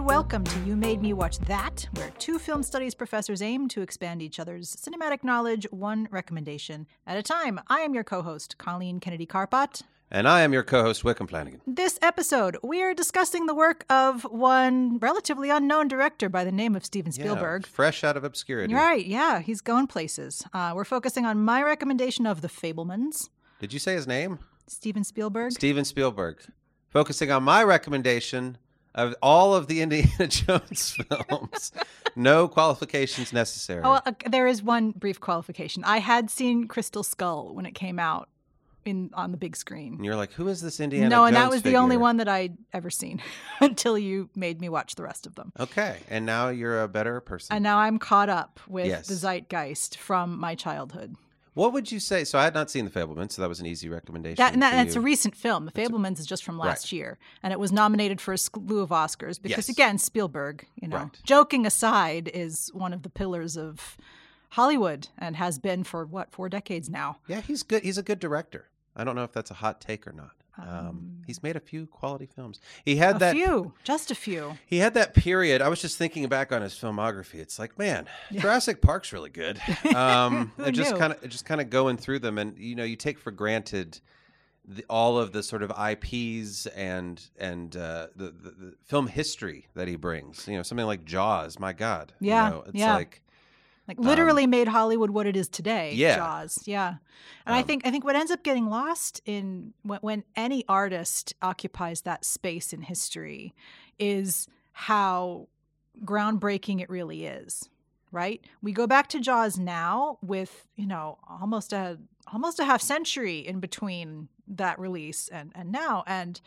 welcome to You Made Me Watch That, where two film studies professors aim to expand each other's cinematic knowledge one recommendation at a time. I am your co host, Colleen Kennedy Carpot. And I am your co host, Wickham Flanagan. This episode, we are discussing the work of one relatively unknown director by the name of Steven Yeah, Spielberg. fresh out of obscurity. Right, yeah, he's going places. Uh, we're focusing on my recommendation of The Fablemans, Did you say his name? Steven Spielberg. Steven Spielberg. Focusing on my recommendation of all of the Indiana Jones films. no qualifications necessary. Oh, well, uh, there is one brief qualification. I had seen Crystal Skull when it came out in on the big and screen. you're like, who is this Indiana no, Jones? and that was the only figure? one that I'd ever seen until you made me watch the rest of them. Okay. And now you're a better person. And now I'm caught up with Yes. the zeitgeist from my childhood. what would you say? So I had not seen The Fableman, so that was an easy recommendation. That, and, that, for and it's a you. recent film. The Fablemans is just from last year, and it was nominated for a slew of Oscars because, Yes. again, Spielberg. You know, Right. joking aside, is one of the pillars of Hollywood and has been for what four decades now. Yeah, he's good. He's a good director. I don't know if that's a hot take or not. Um, Um, he's made a few quality films. He had a that few, just a few. He had that period. I was just thinking back on his filmography. It's like, man, Jurassic Park's really good. Um, Who and just knew? kind of just kind of going through them, and you know, you take for granted the, all of the sort of IPs and and uh, the, the, the film history that he brings. You know, something like Jaws. My God, you Yeah, know, it's yeah. like like literally made Hollywood what it is today. Um, Yeah. Jaws. Yeah, and I Um, think I think what ends up getting lost in when, when any artist occupies that space in history is how groundbreaking it really is. Right? We go back to Jaws now with you know almost a almost a half century in between that release and and now and.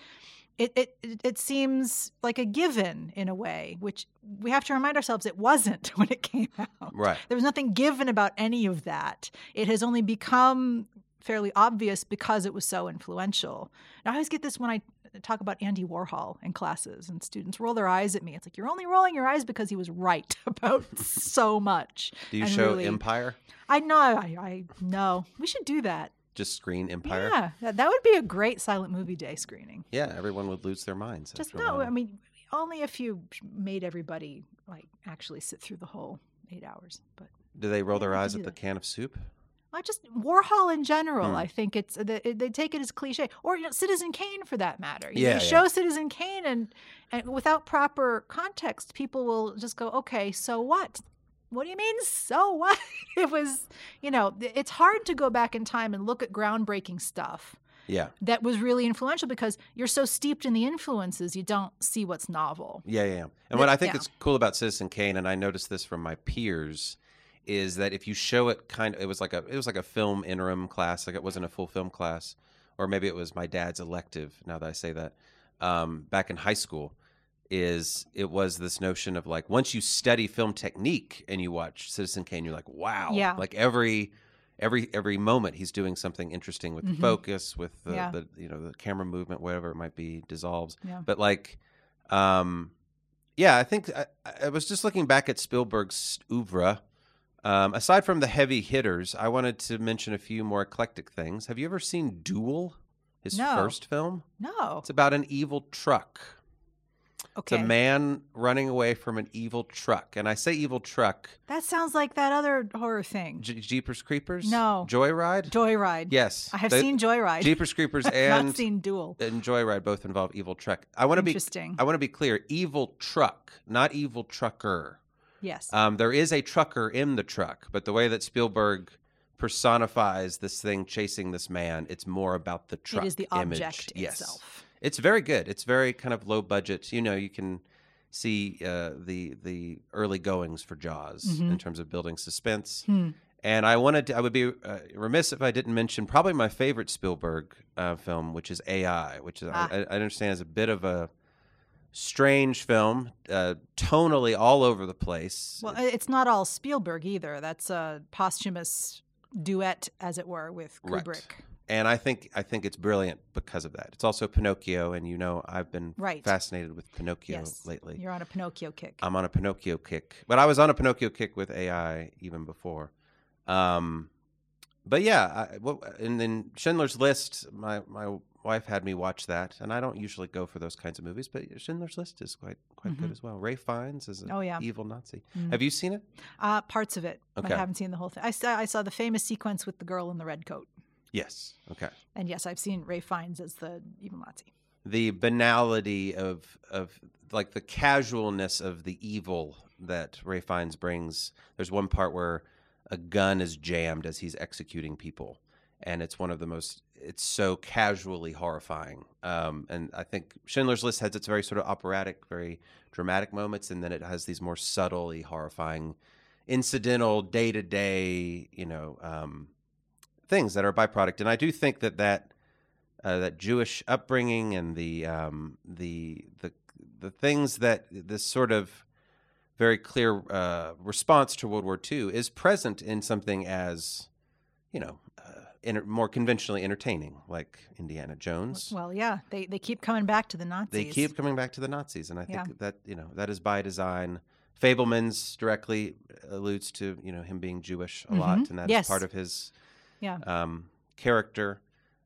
It, it it- it seems like a given in a way, which we have to remind ourselves it wasn't when it came out. right. There was nothing given about any of that. It has only become fairly obvious because it was so influential. And I always get this when I talk about Andy Warhol in classes, and students roll their eyes at me. It's like, you're only rolling your eyes because he was right about so much. Do you and show really- Empire? I know, I, I know. We should do that. Just screen Empire. Yeah, that, that would be a great silent movie day screening. Yeah, everyone would lose their minds. Just after a no, while. I mean, only if you made everybody like actually sit through the whole eight hours, but. do they yeah, we roll their could eyes do at the that. can of soup? I just Warhol in general. Hmm. I think it's uh, they, they take it as cliche, or you know, Citizen Kane for that matter. You, know, Yeah, you yeah. show Citizen Kane, and and without proper context, people will just go, okay, so what? What do you mean, so what? it was, you know, th- it's hard to go back in time and look at groundbreaking stuff Yeah, that was really influential because you're so steeped in the influences, you don't see what's novel. Yeah, yeah. yeah. Th- And what I think yeah. is cool about Citizen Kane, and I noticed this from my peers, is that if you show it kind of, it was like a, it was like a film interim class, like it wasn't a full film class, or maybe it was my dad's elective. Now that I say that, um, back in high school, is it was this notion of like once you study film technique and you watch Citizen Kane, you're like, wow, Yeah. like every. Every every moment he's doing something interesting with Mhm. focus, with the, Yeah. the you know the camera movement, whatever it might be, dissolves. Yeah. But like um, yeah, I think I, I was just looking back at Spielberg's oeuvre. Um, aside from the heavy hitters, I wanted to mention a few more eclectic things. Have you ever seen Duel, his No. first film? No, It's about an evil truck. okay, It's a man running away from an evil truck. And I say evil truck, that sounds like that other horror thing, J- Jeepers Creepers? No. Joyride? Joyride. yes. I have They- seen Joyride. Jeepers Creepers I've and, not seen Duel. and Joyride both involve evil truck. I want to be Interesting. I want to be clear, evil truck, not evil trucker. yes. Um, there is a trucker in the truck, but the way that Spielberg personifies this thing chasing this man, it's more about the truck. it is the image. object Yes. itself. It's very good. It's very kind of low budget. You know, you can see uh, the the early goings for Jaws Mhm. in terms of building suspense. Hmm. And I wanted to, I would be uh, remiss if I didn't mention probably my favorite Spielberg uh, film, which is AI, which is, Ah. I, I understand is a bit of a strange film, uh, tonally all over the place. Well, i- it's not all Spielberg either. That's a posthumous duet, as it were, with Right. Kubrick. and I think I think it's brilliant because of that. It's also Pinocchio, and you know I've been Right. fascinated with Pinocchio Yes. lately. You're on a Pinocchio kick. I'm on a Pinocchio kick, but I was on a Pinocchio kick with AI even before. Um, but yeah, I, well, and then Schindler's List. My my wife had me watch that, and I don't usually go for those kinds of movies, but Schindler's List is quite quite good Mhm. as well. Ray Fiennes is an Oh, yeah. evil Nazi. Mm. Have you seen it? Uh, parts of it. but Okay. I haven't seen the whole thing. I saw, I saw the famous sequence with the girl in the red coat. Yes. Okay. And yes, I've seen Ray Fiennes as the evil Nazi. The banality of of like the casualness of the evil that Ray Fiennes brings. There's one part where a gun is jammed as he's executing people, and it's one of the most. It's so casually horrifying, um, and I think Schindler's List has its very sort of operatic, very dramatic moments, and then it has these more subtly horrifying, incidental, day to day, you know, um, things that are a byproduct. And I do think that that uh, that Jewish upbringing and the um, the the the things that this sort of very clear uh, response to World War II is present in something as you know uh, enter- more conventionally entertaining, like Indiana Jones. Well, yeah, they, they keep coming back to the Nazis. They keep coming back to the Nazis, and I think Yeah. that you know that is by design. Fableman's directly uh, alludes to you know him being Jewish a lot, Mhm. and that is Yes. part of his Yeah. um, character.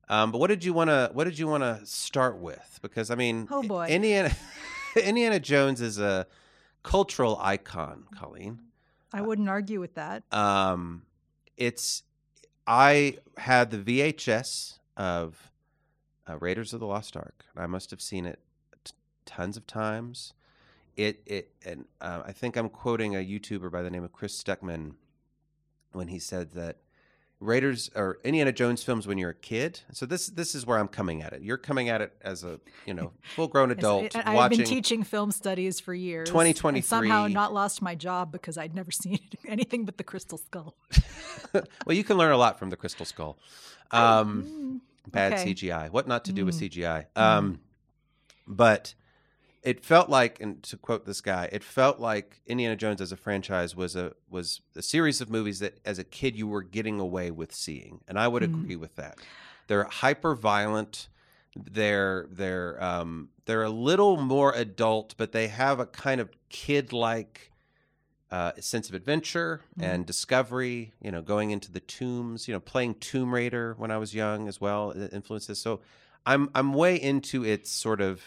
Um, but what did you want to what did you want to start with? Because I mean, Oh, boy. Indiana Indiana Jones is a cultural icon, Colleen. uh, I wouldn't argue with that. Um, it's I had the VHS of uh, Raiders of the Lost Ark. I must have seen it t- tons of times. It it and uh, I think I'm quoting a YouTuber by the name of Chris Steckman when he said that Raiders or Indiana Jones films when you're a kid. So this this is where I'm coming at it. You're coming at it as a you know full grown It's- adult I- I've watching. been teaching film studies for years. and 2023. Somehow not lost my job because I'd never seen anything but the Crystal Skull. well, you can learn a lot from the Crystal Skull. Um, Mm. bad Okay. CGI, what not to do with Mm. CGI. Um, but it felt like, and to quote this guy, it felt like Indiana Jones as a franchise was a was a series of movies that, as a kid, you were getting away with seeing, and I would Mm. agree with that. They're hyper violent. They're they're um, they're a little more adult, but they have a kind of kid like uh, sense of adventure Mhm. and discovery. You know, going into the tombs. You know, playing Tomb Raider when I was young as well i- influences. So I'm I'm way into its sort of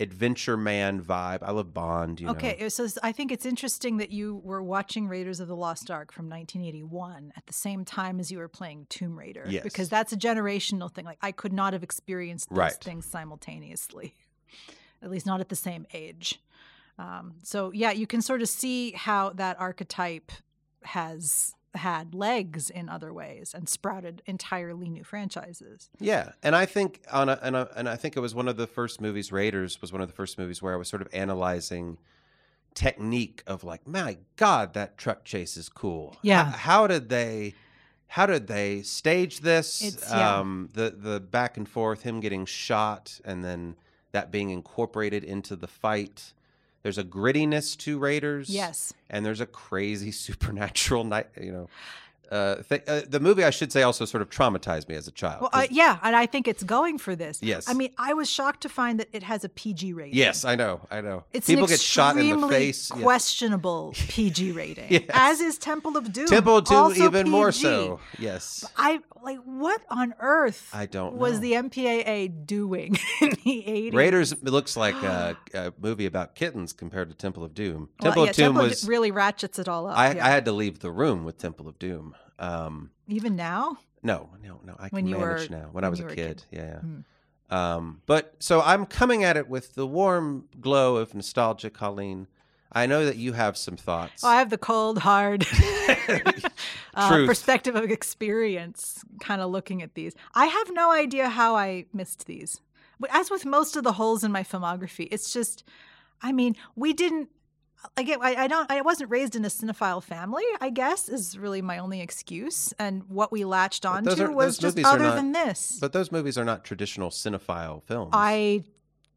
adventure man vibe. I love Bond. You Okay, know. so s- I think it's interesting that you were watching Raiders of the Lost Ark from 1981 at the same time as you were playing Tomb Raider, Yes. because that's a generational thing. Like I could not have experienced those Right. things simultaneously, at least not at the same age. Um, so yeah, you can sort of see how that archetype has had legs in other ways and sprouted entirely new franchises. Yeah, and I think on a, and a, and I think it was one of the first movies. Raiders was one of the first movies where I was sort of analyzing technique of like, my God, that truck chase is cool. H- Yeah. How, did they? How did they stage this? It's- yeah. Um, the the back and forth, him getting shot, and then that being incorporated into the fight. There's a grittiness to Raiders. Yes, and there's a crazy supernatural night you know uh, th- uh the movie i should say also sort of traumatized me as a child well, 'cause- uh, yeah, and I think it's going for this. Yes. I mean, I was shocked to find that it has a PG rating. yes i know i know It's people an get shot in the extremely face yeah. Questionable PG rating, Yes. as is Temple of Doom. temple of Doom also even more PG. so yes I like what on earth i don't was know. the MPAA doing in the eighties? raiders looks like a, a movie about kittens compared to temple of doom Well, temple yeah, of doom Temple was really ratchets it all up. I, yeah. I had to leave the room with temple of doom um even now, No, no, no. I can When you manage were- now. When, I when was a you were kid, a kid. yeah. Hmm. yeah. Um, but so I'm coming at it with the warm glow of nostalgia, Colleen. I know that you have some thoughts. oh, I have the cold, hard uh, Truth. perspective of experience, kind of looking at these. I have no idea how I missed these. But as with most of the holes in my filmography, it's just, I mean, we didn't. Again, I, I don't. I wasn't raised in a cinephile family. I guess is really my only excuse. And what we latched those onto are- was those just movies are other not- than this. but those movies are not traditional cinephile films. I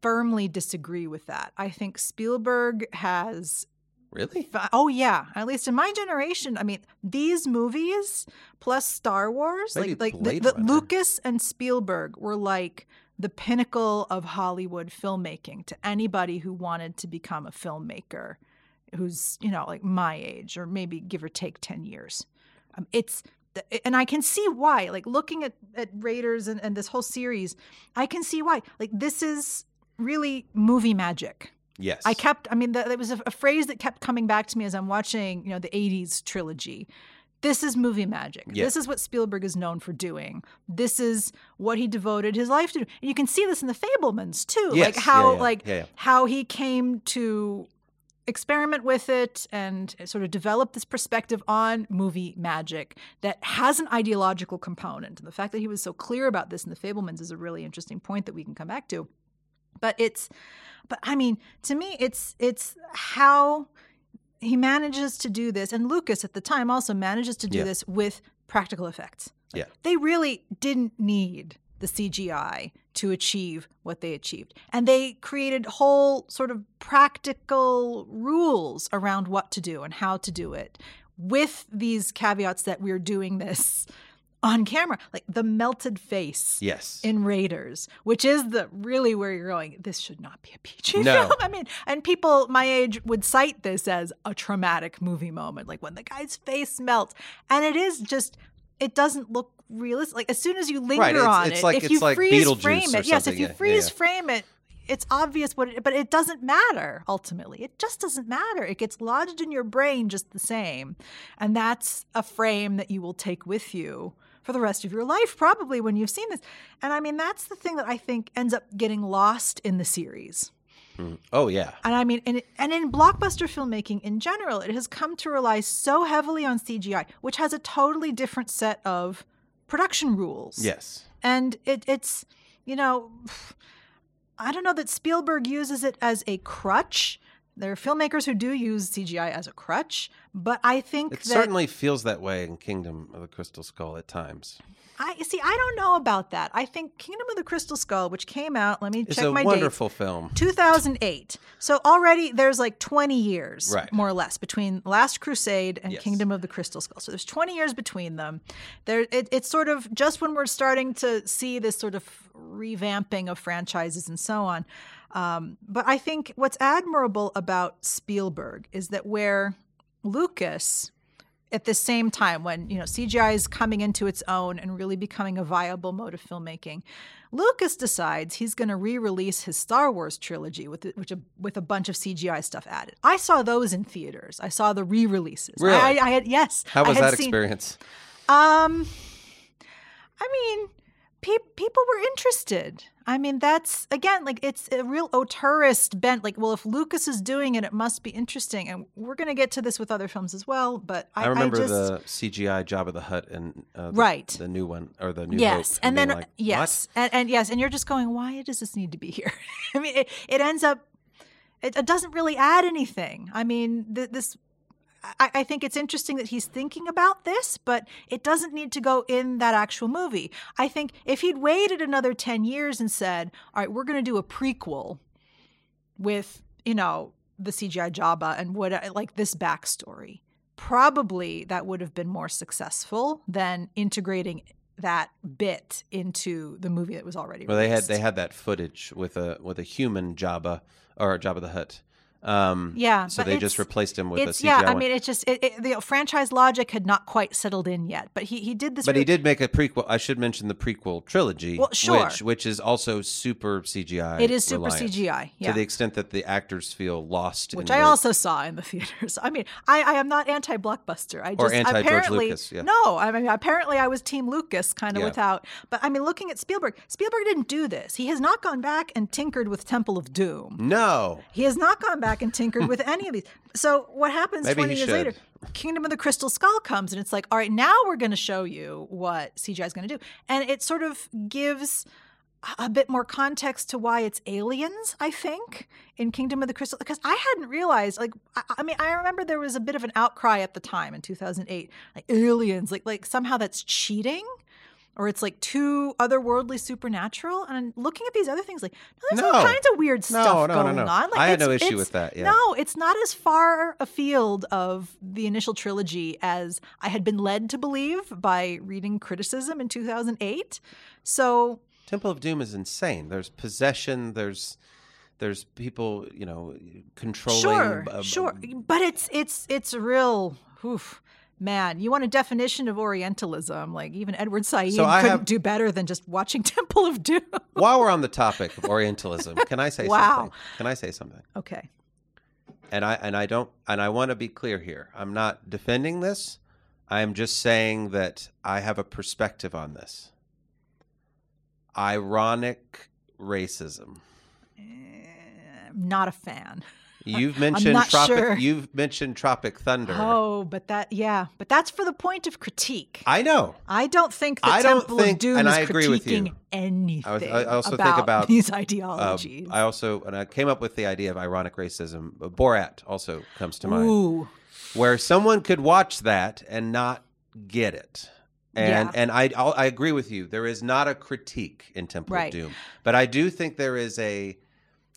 firmly disagree with that. I think Spielberg has really. Fa- Oh yeah, at least in my generation. I mean, these movies plus Star Wars, Maybe like like the, Blade the Runner. Lucas and Spielberg were like the pinnacle of Hollywood filmmaking to anybody who wanted to become a filmmaker, who's you know like my age or maybe give or take ten years. Um, it's and I can see why. Like looking at, at Raiders and, and this whole series, I can see why. Like this is really movie magic. Yes. I kept, I mean, that that was a, a phrase that kept coming back to me as I'm watching, you know, the 80s trilogy. This is movie magic. Yeah. This is what Spielberg is known for doing. This is what he devoted his life to. And you can see this in the Fablemans too. Yes. Like how, Yeah, yeah. like Yeah, yeah. how he came to experiment with it and sort of develop this perspective on movie magic that has an ideological component. And the fact that he was so clear about this in The Fablemans is a really interesting point that we can come back to. But it's but I mean, to me it's it's how he manages to do this and Lucas at the time also manages to do Yeah. this with practical effects. Yeah. They really didn't need the CGI to achieve what they achieved. And they created whole sort of practical rules around what to do and how to do it with these caveats that we're doing this on camera. Like the melted face Yes. in Raiders, which is the really where you're going. This should not be a PG No. film. I mean, and people my age would cite this as a traumatic movie moment, like when the guy's face melts, and it is just it doesn't look realistic. Like as soon as you linger it's- on it's it, like- if it's you like freeze Beetlejuice frame or it, yes, something, if you yeah, yeah, freeze yeah. frame it. It's obvious what it, but it doesn't matter ultimately. It just doesn't matter. It gets lodged in your brain just the same. And that's a frame that you will take with you for the rest of your life, probably when you've seen this. And I mean, that's the thing that I think ends up getting lost in the series. Mm. Oh yeah. And I mean, and, and in blockbuster filmmaking in general, it has come to rely so heavily on CGI, which has a totally different set of production rules Yes. and it, it's you know i don't know that spielberg uses it as a crutch there are filmmakers who do use cgi as a crutch but i think It that certainly feels that way in Kingdom of the Crystal Skull at times. i see i don't know about that i think kingdom of the crystal skull which came out let me It's check a my dates wonderful film. 2008 so already there's like 20 years Right. more or less between last crusade and Yes. kingdom of the crystal skull so there's 20 years between them there it, it's sort of just when we're starting to see this sort of revamping of franchises and so on um, but i think what's admirable about spielberg is that where lucas at the same time when you know CGI is coming into its own and really becoming a viable mode of filmmaking, Lucas decides he's going to re-release his Star Wars trilogy with it- which a, with a bunch of CGI stuff added. I saw those in theaters. I saw the re-releases. Really? I, I had yes. How I was had that seen- experience? Um, I mean, pe- people were interested. I mean, that's again like it's a real auteurist bent. Like, well, if Lucas is doing it, it must be interesting. And we're going to get to this with other films as well. But I, I remember just, the CGI Job of the Hut and uh, the, Right. the new one or the new yes Hope, and then being like, yes and, and yes and you're just going why does this need to be here i mean it, it ends up it, it doesn't really add anything i mean th- this I, I think it's interesting that he's thinking about this but it doesn't need to go in that actual movie i think if he'd waited another 10 years and said all right we're going to do a prequel with you know the cgi jabba and what like this backstory probably that would have been more successful than integrating that bit into the movie that was already Well, they had released. they had that footage with a with a human Jabba or Jabba the Hutt. Um, Yeah, So but they just it's- replaced him with a it's CGI yeah i one. mean it's just it, it, the franchise logic had not quite settled in yet but he he did this but re- he did make a prequel. I should mention the prequel trilogy, Well, sure. which which is also super CGI. it is super reliant, cgi yeah to the extent that the actors feel lost. which in I the- also saw in the theaters. I mean, I, I am not anti-blockbuster. I just Or anti-George apparently Lucas, yeah. no. I mean, apparently I was Team Lucas, kind of Yeah. without. But I mean, looking at Spielberg, Spielberg didn't do this. He has not gone back and tinkered with Temple of Doom. no. He has not gone back and tinkered with any of these. So what happens Maybe twenty he years should. later? Kingdom of the Crystal Skull comes, and it's like, all right, now we're going to show you what CGI is going to do, and it sort of gives a bit more context to why it's aliens, I think, in Kingdom of the Crystal, because I hadn't realized. Like, I, I mean, I remember there was a bit of an outcry at the time in 2008, like aliens, like like somehow that's cheating, or it's like too otherworldly, supernatural. And looking at these other things, like no, there's all No. kinds of weird No, stuff no, no, going no. on. Like, I had it's- no issue it's- with that, yeah. no, it's not as far afield of the initial trilogy as I had been led to believe by reading criticism in 2008. So Temple of Doom is insane. There's possession. There's there's people you know controlling. sure uh, sure but it's it's it's a real oof man, you want a definition of Orientalism? Like even Edward Said So I couldn't have- do better than just watching Temple of Doom. While we're on the topic of Orientalism, can I say Wow. something? Can I say something? okay, and I and I don't and I want to be clear here. I'm not defending this. I am just saying that I have a perspective on this. Ironic racism. Eh, not a fan. You've mentioned not Tropic sure. you've mentioned Tropic Thunder. Oh, but that yeah, but that's for the point of critique. I, I know. don't think the I don't Temple think- of Doom and is I agree critiquing with you. anything. I was- I also think about about, these Um, ideologies. I also and I came up with the idea of ironic racism. Borat also comes to mind. Ooh, where someone could watch that and not get it. And Yeah. and I I'll, I agree with you. There is not a critique in Temple Right. of Doom, but I do think there is a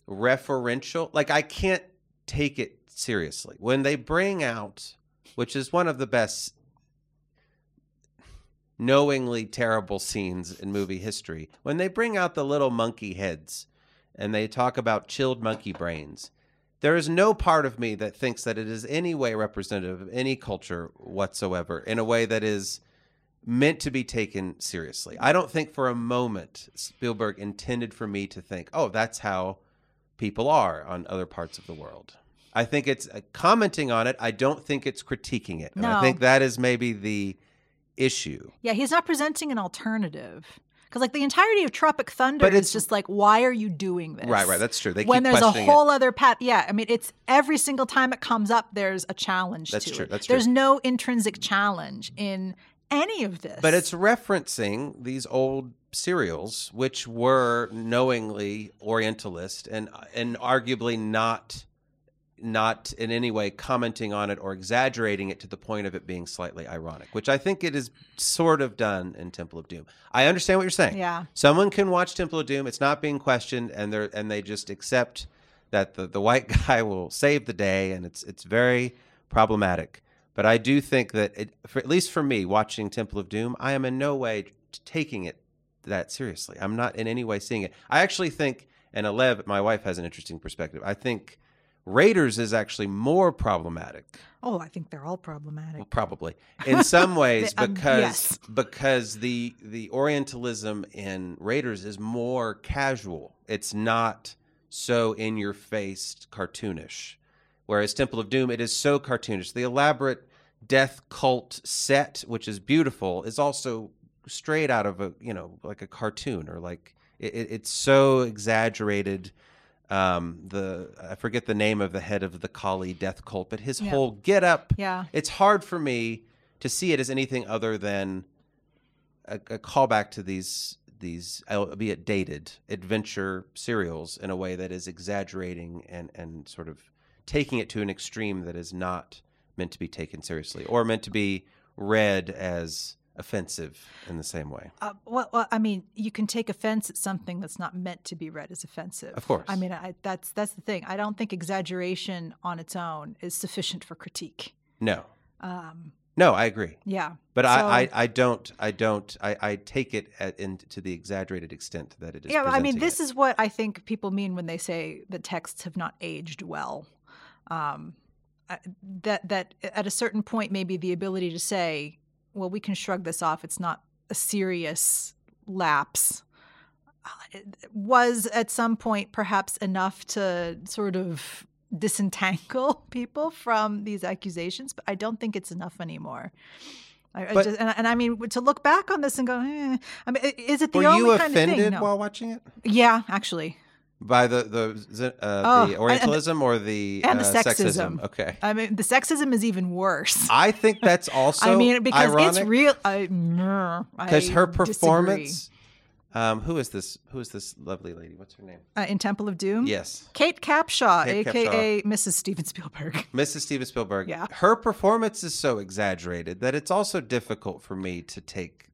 referential. Like I can't take it seriously when they bring out, which is one of the best knowingly terrible scenes in movie history. When they bring out the little monkey heads and they talk about chilled monkey brains, there is no part of me that thinks that it is any way representative of any culture whatsoever in a way that is meant to be taken seriously. I don't think for a moment Spielberg intended for me to think, oh, that's how people are on other parts of the world. I think it's uh, commenting on it. I don't think it's critiquing it. And I No. think that is maybe the issue. yeah, he's not presenting an alternative because like the entirety of Tropic Thunder But is it's- just like, why are you doing this? Right, right. That's true. They when keep there's a questioning it. whole other path. Yeah, I mean, it's every single time it comes up, there's a challenge That's to true, it. that's there's true. no intrinsic challenge in any of this. But it's referencing these old serials, which were knowingly Orientalist and and arguably not not in any way commenting on it or exaggerating it to the point of it being slightly ironic, which I think it is sort of done in Temple of Doom. I understand what you're saying. yeah, Someone can watch Temple of Doom; it's not being questioned, and they and they just accept that the, the white guy will save the day, and it's it's very problematic. But I do think that, it, for, at least for me, watching Temple of Doom, I am in no way t- taking it that seriously. I'm not in any way seeing it. I actually think, and Alev, my wife, has an interesting perspective. I think Raiders is actually more problematic oh, I think they're all problematic. well, probably in some ways The- um, because yes. because the the Orientalism in Raiders is more casual. It's not so in your face cartoonish, whereas Temple of Doom it is so cartoonish. The elaborate death cult set, which is beautiful, is also straight out of a you know like a cartoon or like it, it- it's so exaggerated. Um, the I forget the name of the head of the Kali death cult, but his Yeah. whole get up yeah, it's hard for me to see it as anything other than a, a callback to these these albeit dated adventure serials in a way that is exaggerating and and sort of taking it to an extreme that is not meant to be taken seriously or meant to be read as offensive in the same way. uh, well, well, I mean, you can take offense at something that's not meant to be read as offensive. Of course. I mean, I, that's that's the thing. I don't think exaggeration on its own is sufficient for critique. No. Um, No, I agree. yeah, But So- I, I, I don't I don't I, I take it at, in, to the exaggerated extent that it is. yeah. I mean, presenting this it. is what I think people mean when they say the texts have not aged well. Um, I- that that at a certain point, maybe the ability to say, "Well, we can shrug this off. It's not a serious lapse." uh, Was at some point perhaps enough to sort of disentangle people from these accusations, but I don't think it's enough anymore. I, I But- just, and, I- and I mean to look back on this and go, eh, I mean, i- is it the Were only you kind offended of thing? No. while watching it? Yeah, actually. By the the z- uh, Oh, the and- Orientalism or the and the uh, sexism. Okay, I mean, the sexism is even worse. I, I think that's also. mean, because Uh, ironic it's real. mm, Because Because her performance. Um, who is this? Who is this lovely lady? What's her name? uh, in Temple of Doom, Yes, Kate Capshaw, Kate aka Mrs. Steven Spielberg. Mrs. Steven Spielberg. Yeah. Her performance is so exaggerated that it's also difficult for me to take.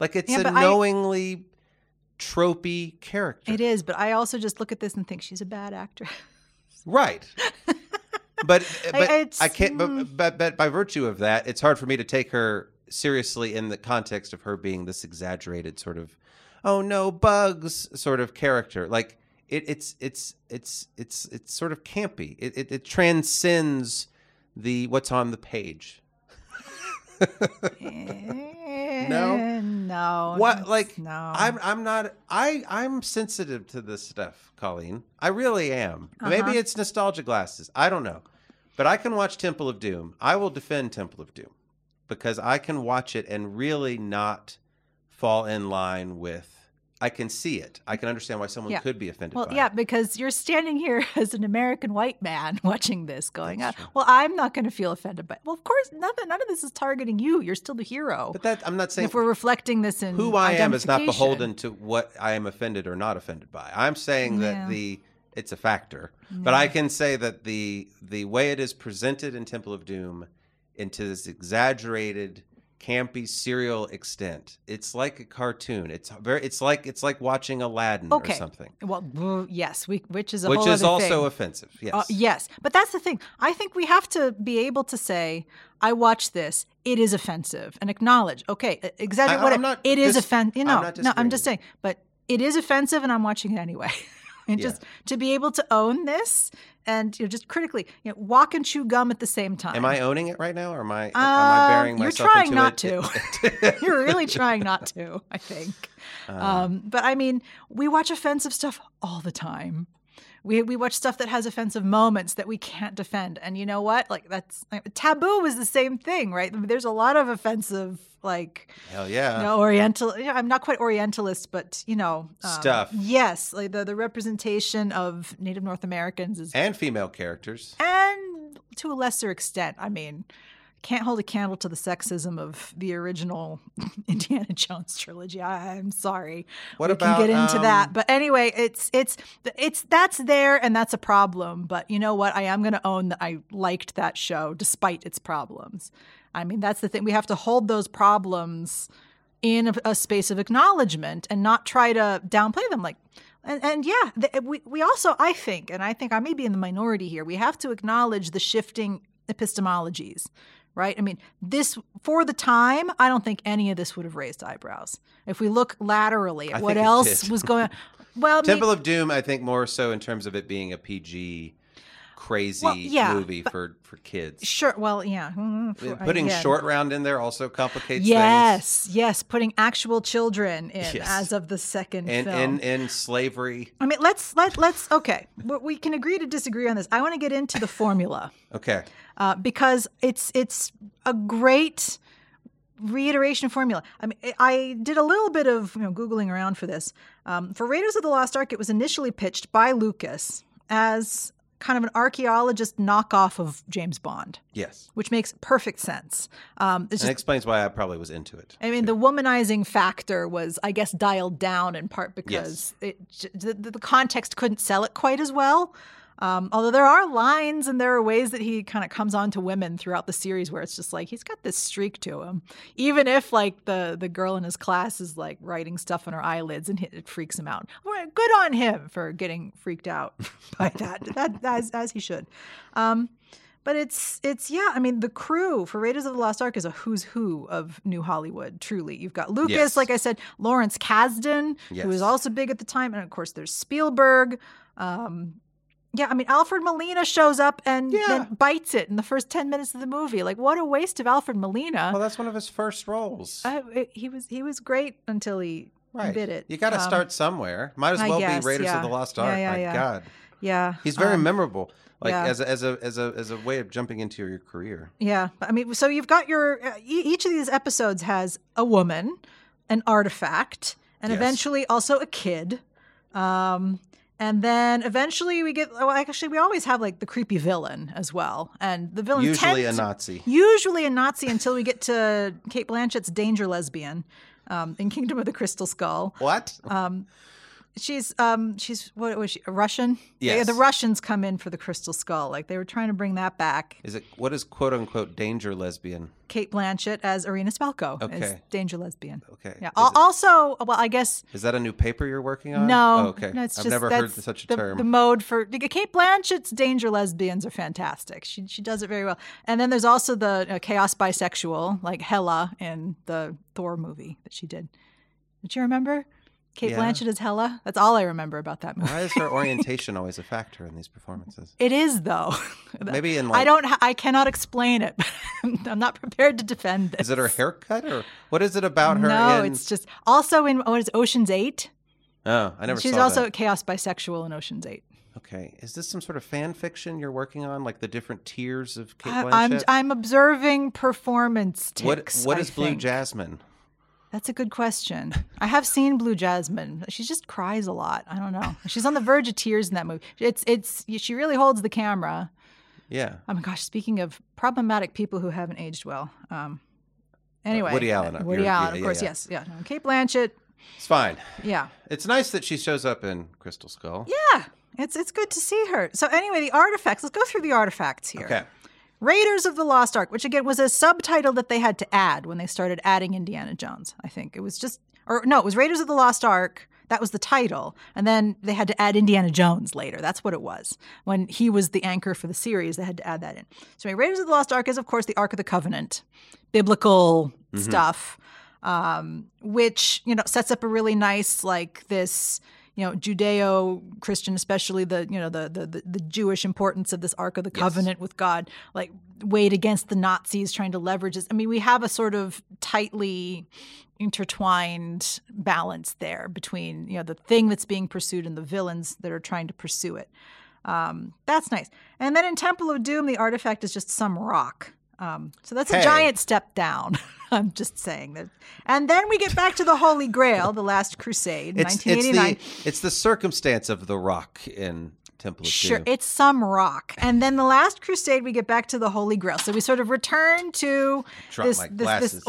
Like it's Yeah, a but I- knowingly tropey character. It is, but I also just look at this and think she's a bad actor. Right. but but I, it's- can't. mm. But, but but by virtue of that, it's hard for me to take her seriously in the context of her being this exaggerated sort of, oh no, bugs sort of character. Like it, it's it's it's it's it's sort of campy. It it, it transcends the what's on the page. no, no, What, that's- like, no, I'm I'm not I I'm sensitive to this stuff, Colleen. I really am. Uh-huh. Maybe it's nostalgia glasses. I don't know. But I can watch Temple of Doom. I will defend Temple of Doom because I can watch it and really not fall in line with I can see it. I can understand why someone Yeah. could be offended Well, by yeah, it. because you're standing here as an American white man watching this going, That's uh, true. well, I'm not going to feel offended by Well, of course, nothing, none of this is targeting you. You're still the hero. But that I'm not And saying if we're reflecting this in who I am is not identification- beholden to what I am offended or not offended by. I'm saying Yeah. that the it's a factor, but I can say that the the way it is presented in Temple of Doom into this exaggerated campy serial extent it's like a cartoon it's very it's like it's like watching aladdin Okay. or something Well, boo, yes, we, which is a which whole is other also thing. offensive yes Uh, yes, but that's the thing. I think we have to be able to say, "I watched this. It is offensive," and acknowledge. Okay, e- exaggerate. I- what I'm not it is dis- offensive. You I'm know, not no, I'm disagreeing. just saying, but it is offensive, and I'm watching it anyway. and Yeah. just to be able to own this, and you know, just critically, you know, walk and chew gum at the same time. am i owning it right now or am i am Um, i bearing you're myself trying into not it? You're really trying not to. I think. Uh-huh. Um, but I mean, we watch offensive stuff all the time. We, we watch stuff that has offensive moments that we can't defend. And you know what? Like, that's like, taboo is the same thing, right? I mean, there's a lot of offensive, like, hell yeah you know, Oriental. yeah, I'm not quite Orientalist, but, you know, um, Stuff. Yes. Like the, the representation of Native North Americans is, and female characters and to a lesser extent, I mean, can't hold a candle to the sexism of the original Indiana Jones trilogy. I, I'm sorry what we about can get into um, that. But anyway, it's it's it's that's there and that's a problem. But you know what? I am going to own that I liked that show despite its problems. I mean, that's the thing. We have to hold those problems in a, a space of acknowledgement and not try to downplay them. Like, and, and yeah, th- we we also I think, and I think I may be in the minority here. We have to acknowledge the shifting epistemologies. Right? I mean, this for the time, I don't think any of this would have raised eyebrows. If we look laterally I at what think it else did. was going on. Well, I mean, Temple of Doom, I think more so in terms of it being a PG crazy Well, yeah, movie for for kids. sure. Well, yeah. Mm, for- Putting yeah. short round in there also complicates things. Yes, yes, putting actual children in Yes. as of the second And film. and and slavery. I mean, let's let let's okay. we- We can agree to disagree on this. I want to get into the formula Okay. uh, because it's it's a great reiteration formula. I mean, I- I did a little bit of you know googling around for this. Um, for Raiders of the Lost Ark, it was initially pitched by Lucas as kind of an archaeologist knockoff of James Bond, Yes. which makes perfect sense. Um, it's And just, it explains why I probably was into it. I mean, the womanizing factor was, I guess, dialed down in part because it j- the, the context couldn't sell it quite as well. Um, although there are lines and there are ways that he kind of comes on to women throughout the series where it's just like he's got this streak to him, even if like the the girl in his class is like writing stuff on her eyelids and he- it freaks him out. Well, Good on him for getting freaked out by that, that as as he should. Um, but it's it's yeah. I mean, the crew for Raiders of the Lost Ark is a who's who of New Hollywood. Truly, you've got Lucas, Yes. like I said, Lawrence Kasdan, who was Yes. also big at the time, and of course there's Spielberg. Um, yeah, I mean Alfred Molina shows up and Yeah. then bites it in the first ten minutes of the movie. Like, what a waste of Alfred Molina. Well, that's one of his first roles. uh I, it- he was he was great until he right. bit it. You got to Um, start somewhere. Might as I well guess, be Raiders yeah. of the Lost Yeah, Ark. yeah, My yeah. God. Yeah, He's very um, memorable. Like yeah. as a, as a as a as a way of jumping into your career. Yeah, but I mean, so you've got your uh, e- each of these episodes has a woman, an artifact, and Yes. eventually also a kid. Um, and then eventually we get well, actually we always have like the creepy villain as well, and the villain Usually a tends- Nazi. usually a Nazi until we get to Kate Blanchett's danger lesbian um, in Kingdom of the Crystal Skull. What? Uh She's um she's what was she a Russian? Yeah, Yes. the Russians come in for the Crystal Skull. Like they were trying to bring that back. Is it what is quote unquote danger lesbian? Kate Blanchett as Irina Spalko as Okay. Danger Lesbian. Okay. Yeah. Is Al it- Also, well, I guess Is that a new paper you're working on? no. Oh, okay. no, it's I've just- never heard that's such a the, term. The mode for Kate Blanchett's Danger Lesbians are fantastic. She she does it very well. And then there's also the uh, Chaos Bisexual, like Hela in the Thor movie that she did. Did you remember? Kate Yeah. Blanchett is Hella. That's all I remember about that movie. Why is her orientation always a factor in these performances? It is though. Maybe in like, I don't. ha- I cannot explain it. I'm not prepared to defend this. is it her haircut or what is it about her? No, in, it's just also in what is Ocean's Eight. oh, I never She's saw also that. chaos bisexual in Ocean's Eight. Okay, is this some sort of fan fiction you're working on, like the different tiers of Kate Blanchett? I, am I'm observing performance what ticks. what I is Blue think. Jasmine? That's a good question. I have seen Blue Jasmine. She just cries a lot. I don't know. She's on the verge of tears in that movie. It's it's she really holds the camera. Yeah. Oh my gosh! Speaking of problematic people who haven't aged well. Um, anyway, Woody Allen, uh, Woody you're- Allen, yeah, of yeah, course. yeah. Yes. Yeah. No, Kate Blanchett. It's fine. Yeah. It's nice that she shows up in Crystal Skull. Yeah. It's it's good to see her. So anyway, the artifacts. Let's go through the artifacts here. Okay. Raiders of the Lost Ark, which again was a subtitle that they had to add when they started adding Indiana Jones. I think it was just, or no, it was Raiders of the Lost Ark. That was the title, and then they had to add Indiana Jones later. That's what it was when he was the anchor for the series. They had to add that in. So, anyway, Raiders of the Lost Ark is, of course, the Ark of the Covenant, biblical stuff, um, which you know sets up a really nice like this you know judeo-christian especially the you know the the, the, the jewish importance of this ark of the Yes. covenant with god like weighed against the nazis trying to leverage this i mean we have a sort of tightly intertwined balance there between you know the thing that's being pursued and the villains that are trying to pursue it um, that's nice and then in temple of doom the artifact is just some rock um, so that's Hey. a giant step down i'm just saying that and then we get back to the holy grail the last crusade It's it's 1989 the it's the circumstance of the rock in Temple of Sure, Doom. it's some rock. And then the last crusade, we get back to the Holy Grail. So we sort of return to Drop this my this, glasses. this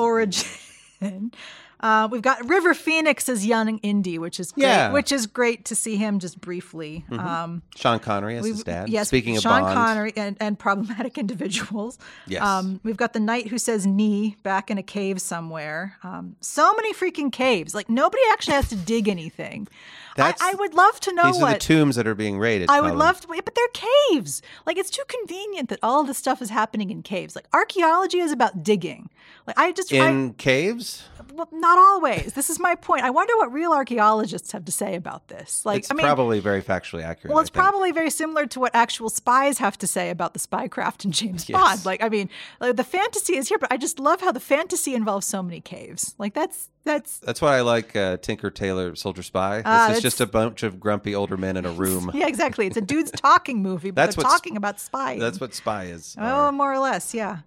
origin. Uh, we've got River Phoenix as young Indy, which is great, Yeah. Mm-hmm. which is great to see him just briefly. Um, Sean Connery as we- his dad. Yes, Speaking of Sean Bond, Connery and, and problematic individuals. Yes. Um, we've got the knight who says knee back in a cave somewhere. Um, so many freaking caves. Like nobody actually has to dig anything. I, That's- I would love to know these are what the tombs that are being raided. I would Colin. love to, but they're caves. Like it's too convenient that all this stuff is happening in caves. Like archaeology is about digging. Like I just, I, in caves. well, not always. This is my point. I wonder what real archaeologists have to say about this. Like it's I mean, probably very factually accurate. well, it's I think. probably very similar to what actual spies have to say about the spycraft and James Yes. Bond. Like I mean, like, the fantasy is here, but I just love how the fantasy involves so many caves. Like that's that's That's why I like uh, Tinker Tailor Soldier Spy. Ah, this is that's- just a bunch of grumpy older men in a room. yeah, exactly. It's a dude's talking movie, but That's they're what sp- talking about spies. That's what spy is. Oh, more or less, yeah.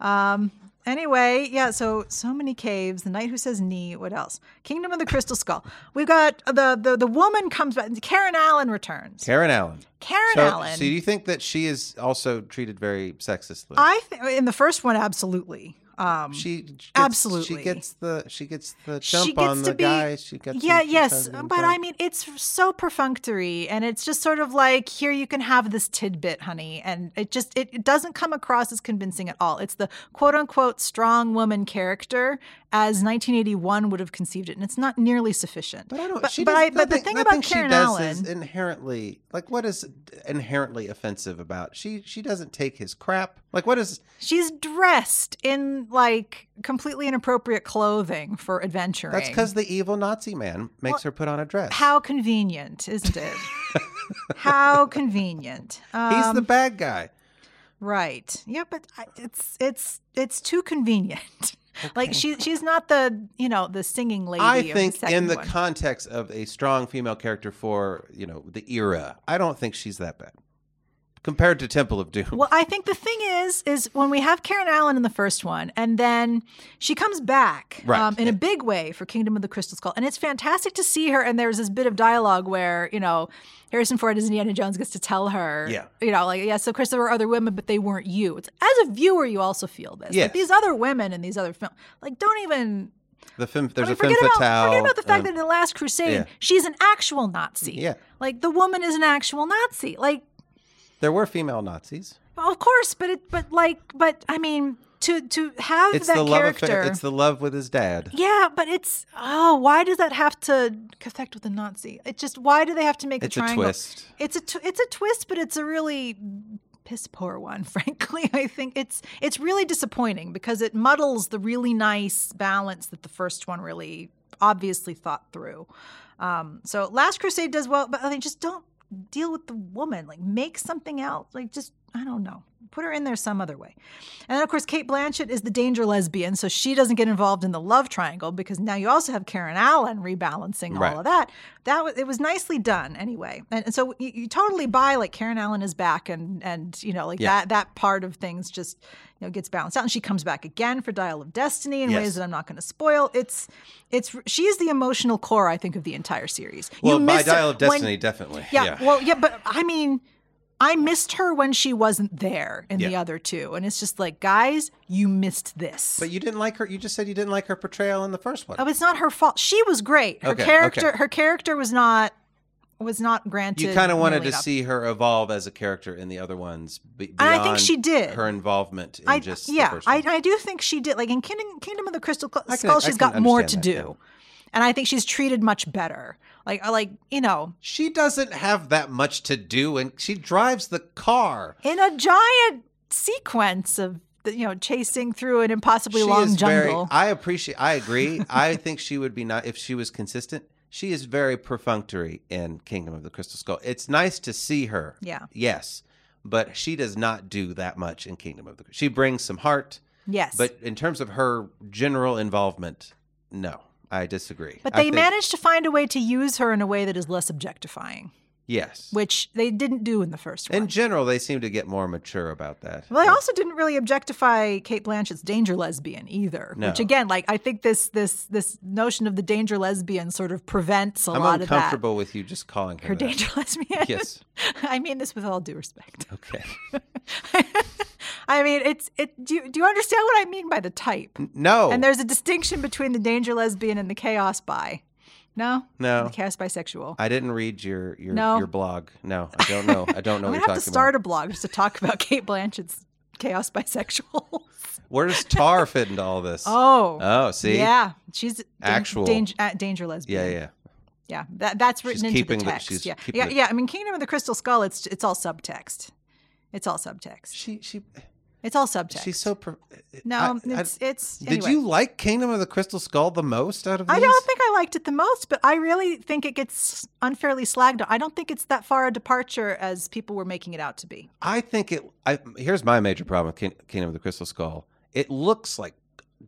Um, anyway, yeah. So so many caves. The knight who says knee. What else? Kingdom of the Crystal Skull. We've got the the the woman comes back. Karen Allen returns. Karen Allen. Karen So, Allen. so do you think that she is also treated very sexistly? I think in the first one, absolutely. Um, she gets, Absolutely. She gets the she gets the She jump gets on to the be- guy. She gets yeah, him- she tries yes, to get him but drunk. I mean, it's so perfunctory, and it's just sort of like, here you can have this tidbit, honey, and it just it, it doesn't come across as convincing at all. It's the quote unquote strong woman character as 1981 would have conceived it, and it's not nearly sufficient. But I don't. But, she but does- I, but the nothing- thing nothing about Karen she does Allen, is inherently like what is inherently offensive about she? She doesn't take his crap. Like what is she's dressed in like completely inappropriate clothing for adventuring. that's because the evil Nazi man makes her put on a dress. how convenient, isn't it? how convenient. he's Um, the bad guy. Right. Yeah, but I- it's it's it's too convenient. like she she's not the you know the singing lady. I of think the in second the one. context of a strong female character for you know the era, I don't think she's that bad compared to Temple of Doom. well, I think the thing is, is when we have Karen Allen in the first one, and then she comes back um, Right. in a big way for Kingdom of the Crystal Skull, and it's fantastic to see her. And there's this bit of dialogue where you know Harrison Ford as Indiana Jones gets to tell her, Yeah. you know, like yeah, so Chris, there were other women, but they weren't you. It's, as a viewer, you also feel this. Yes. Like, these other women in these other films, like don't even the fem, I there's mean, a femme forget about, fatale. Forget about the fact um, that in the Last Crusade, yeah. she's an actual Nazi. Yeah. like the woman is an actual Nazi. Like, there were female Nazis. of course, but it, but like, but I mean, to to have It's that the love character. affair. It's the love with his dad. yeah, but it's oh, why does that have to connect with a Nazi? It just why do they have to make It's the a triangle? twist. It's a tw- it's a twist, but it's a really piss poor one. Frankly, I think it's it's really disappointing because it muddles the really nice balance that the first one really obviously thought through. Um, so Last Crusade does well, but I mean, just don't deal with the woman. Like make something else. Like just I don't know. Put her in there some other way. And then of course Kate Blanchett is the danger lesbian, so she doesn't get involved in the love triangle because now you also have Karen Allen rebalancing Right. all of that. That was it was nicely done anyway. And, and so you, you totally buy like Karen Allen is back and and you know like Yeah. that that part of things just you know gets balanced out and she comes back again for Dial of Destiny in Yes. ways that I'm not going to spoil. It's it's she is the emotional core I think of the entire series. Well, by missed her Dial of when- Destiny, definitely. yeah, Well, yeah, but I mean, I missed her when she wasn't there in the Yeah. other two, and it's just like, guys, you missed this. but you didn't like her. You just said you didn't like her portrayal in the first one. oh, it's not her fault. She was great. Her Okay, character, okay. her character was not was not granted. you kind of wanted nearly to enough. see her evolve as a character in the other ones. Be- And I think beyond she did. her involvement in I just yeah, the first I, one. I do think she did. Like in Kingdom, Kingdom of the Crystal Cl- I can- Skull, I she's can got more to understand do, that, and I think she's treated much better. Like I like you know, She doesn't have that much to do, and she drives the car. in a giant sequence of you know chasing through an impossibly she long is jungle. Very, I appreciate. I agree. I think she would be not if she was consistent. She is very perfunctory in Kingdom of the Crystal Skull. It's nice to see her. Yeah. Yes, but she does not do that much in Kingdom of the. She brings some heart, Yes. but in terms of her general involvement, no, I disagree. But I they think- managed to find a way to use her in a way that is less objectifying, Yes. which they didn't do in the first one. In general, they seem to get more mature about that. well, they also didn't really objectify Kate Blanchett's danger lesbian either. No. Which again, like I think this this this notion of the danger lesbian sort of prevents a I'm lot of that. uncomfortable with you just calling her, Her that. danger lesbian. Yes. I mean this with all due respect. Okay. I mean it's it do you, do you understand what I mean by the type? No. And there's a distinction between the danger lesbian and the chaos bi. No? no. The chaos bisexual. I didn't read your your, No. your blog. No, I don't know. I don't know I'm gonna what you're have to talking start about. a blog just to talk about Kate Blanchett's chaos bisexual. Where does tar fit into all this? oh, Oh, see? yeah, she's Actual. danger, uh, danger lesbian. Yeah, yeah. yeah. That, that's written She's into keeping the the- text. she's yeah, keeping yeah, the- yeah. I mean, Kingdom of the Crystal Skull. It's it's all subtext. It's all subtext. She she It's all subtext. she's so per- no, I- I- it's it's. Did anyway. you like Kingdom of the Crystal Skull the most out of these? I don't think I liked it the most, but I really think it gets unfairly slagged on. I don't think it's that far a departure as people were making it out to be. I think it. I, here's my major problem with King, Kingdom of the Crystal Skull. It looks like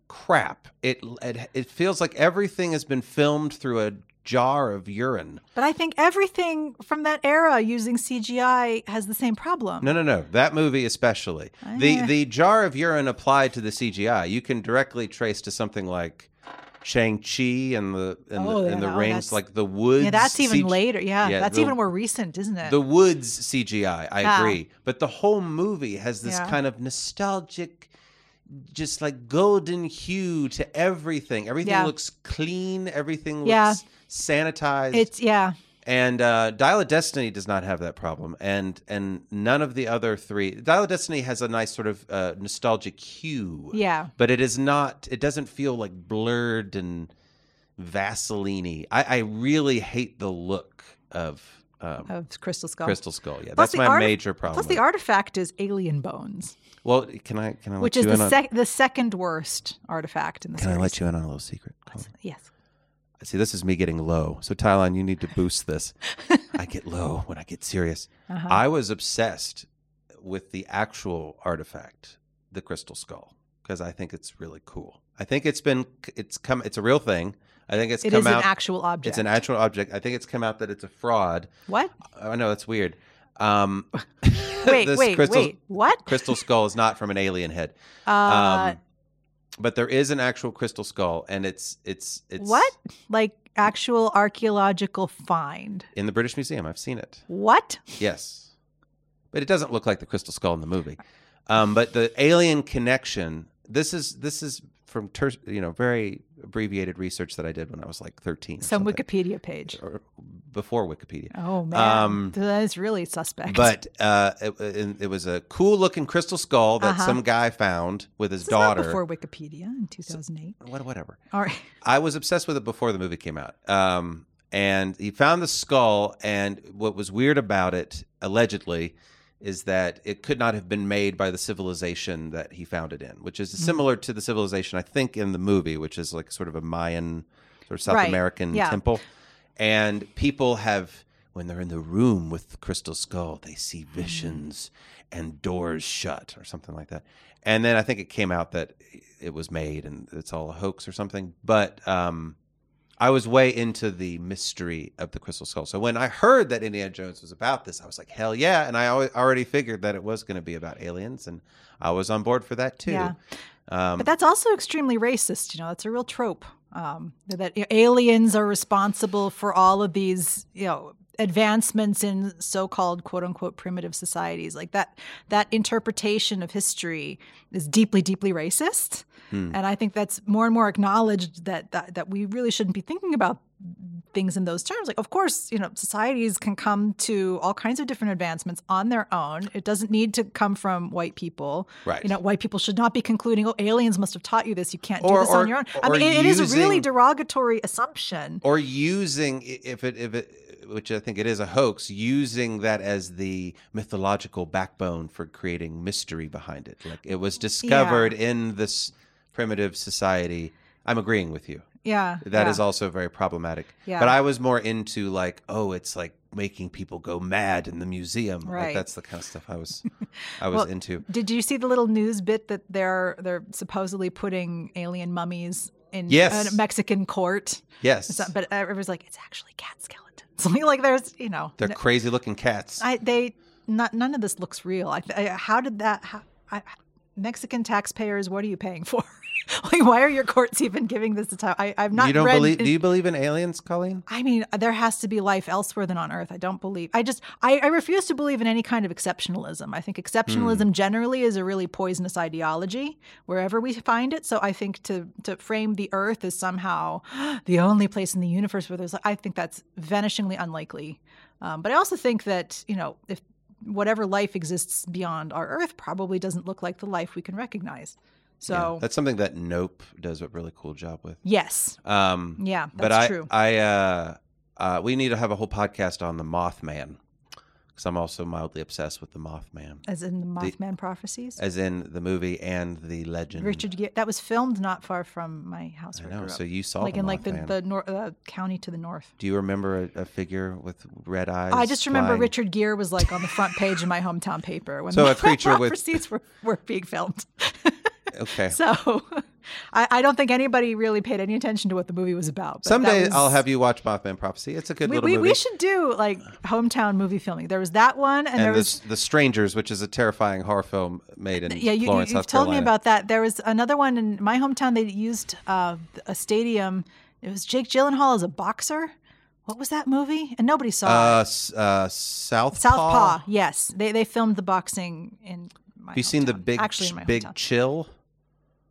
crap. It, it it feels like everything has been filmed through a jar of urine. But I think everything from that era using CGI has the same problem. No, no, no. That movie especially. The Eh. the jar of urine applied to the CGI, you can directly trace to something like Shang Chi and the and Oh, the, yeah, and the no, that's- rings, like the woods. Yeah, that's even CG later. Yeah, yeah, that's the- even more recent, isn't it? The woods CGI. I Uh, Yeah. agree, but the whole movie has this Yeah. kind of nostalgic. Just like golden hue to everything. Everything Yeah. looks clean. Everything looks Yeah. sanitized. it's yeah, And uh, Dial of Destiny does not have that problem, and and none of the other three. Dial of Destiny has a nice sort of uh, nostalgic hue, yeah. but it is not. It doesn't feel like blurred and vaseline I, I really hate the look of um, Of Crystal Skull. Crystal Skull. Yeah, Plus that's the my art- major problem. Plus, with the it. artifact is alien bones, Well, can I can I let which you is in the on, sec- the second worst artifact in the Can I series. let you in on a little secret? Colin? Yes. See, this is me getting low. So, Tylon, you need to boost this. I get low when I get serious. Uh-huh. I was obsessed with the actual artifact, the crystal skull, because I think it's really cool. I think it's been it's come it's a real thing. I think it's It come is out an actual object. it's an actual object. I think it's come out that it's a fraud. what? I know that's weird. Um Wait, this wait, crystal wait. What? crystal skull is not from an alien head. Uh, Um but there is an actual crystal skull and it's it's it's what? Like actual archaeological find? in the British Museum. I've seen it. What? Yes. But it doesn't look like the crystal skull in the movie. Um, but the alien connection, this is this is from ter- you know, very abbreviated research that I did when I was like 13 or Some something, Wikipedia page. or before Wikipedia. Oh man, Um, that is really suspect. But uh, it, it was a cool looking crystal skull that Uh-huh. some guy found with his this daughter. is not before Wikipedia in 2008. What, whatever. All right. I was obsessed with it before the movie came out. Um, and he found the skull, and what was weird about it, allegedly, is that it could not have been made by the civilization that he found it in, which is Mm. similar to the civilization I think in the movie, which is like sort of a Mayan sort of South Right. American Yeah. temple. And people have, when they're in the room with the crystal skull, they see Mm. visions and doors shut or something like that. And then I think it came out that it was made and it's all a hoax or something. But um, I was way into the mystery of the crystal skull. So when I heard that Indiana Jones was about this, I was like, hell yeah. And I al- already figured that it was going to be about aliens. And I was on board for that too. Yeah. Um, But that's also extremely racist. You know, that's a real trope um, that you know, aliens are responsible for all of these, you know, advancements in so-called "quote unquote" primitive societies. Like that, that interpretation of history is deeply, deeply racist. Hmm. And I think that's more and more acknowledged that, that that we really shouldn't be thinking about things in those terms. Like, of course, you know, societies can come to all kinds of different advancements on their own. It doesn't need to come from white people right. you know, white people should not be concluding, oh, aliens must have taught you this. You can't do Or- this or- on your own. I or mean, it- it is a really using- derogatory assumption. or using i- if it if it which I think it is a hoax, using that as the mythological backbone for creating mystery behind it. Like it was discovered in this primitive society. I'm agreeing with you. Yeah. That yeah, is also very problematic. Yeah. But I was more into like, oh, it's like making people go mad in the museum. Like Right. that's the kind of stuff I was I was Well, into. Did you see the little news bit that they're they're supposedly putting alien mummies in Yes. a Mexican court? Yes. So- but everyone's like, it's actually cat skeletons. like there's, you know, They're no- crazy looking cats. I, they not, none of this looks real. I, I, how did that? How, I, Mexican taxpayers, what are you paying for? like, why are your courts even giving this a time? I, I've not you don't read believe in- do you believe in aliens, Colleen? I mean, uh, there has to be life elsewhere than on Earth. I don't believe. I just, I, I refuse to believe in any kind of exceptionalism. I think exceptionalism Hmm. generally is a really poisonous ideology wherever we find it. So I think to to frame the Earth as somehow the only place in the universe where there's, I think that's vanishingly unlikely. Um, but I also think that you know, if whatever life exists beyond our Earth probably doesn't look like the life we can recognize. Yeah. So that's something that Nope does a really cool job with. yes, Um, yeah, that's but I, true. I, uh, uh, we need to have a whole podcast on the Mothman because I'm also mildly obsessed with the Mothman, as in the Mothman prophecies. as in the movie and the legend. Richard Gere. That was filmed not far from my house. I Where I know. grew up. So you saw like the in like the Mothman. the nor- uh, county to the north. Do you remember a, a figure with red eyes? I just remember flying? Richard Gere was like on the front page of my hometown paper when So the a creature with- prophecies were, were being filmed. Okay. so I, I don't think anybody really paid any attention to what the movie was about. but that Someday was- I'll have you watch Mothman Prophecy. It's a good We, little we, movie. we should do like hometown movie filming. There was that one, and, there and was the, the Strangers, which is a terrifying horror film made in yeah, you, you, Florence, you've South told Carolina. me about that. There was another one in my hometown. They used uh, a stadium. It was Jake Gyllenhaal as a boxer. What was that movie? And nobody saw uh, it. S- uh, Southpaw. Southpaw. Yes, they they filmed the boxing in. My Have you seen the hometown. big Actually, in my big hometown. chill?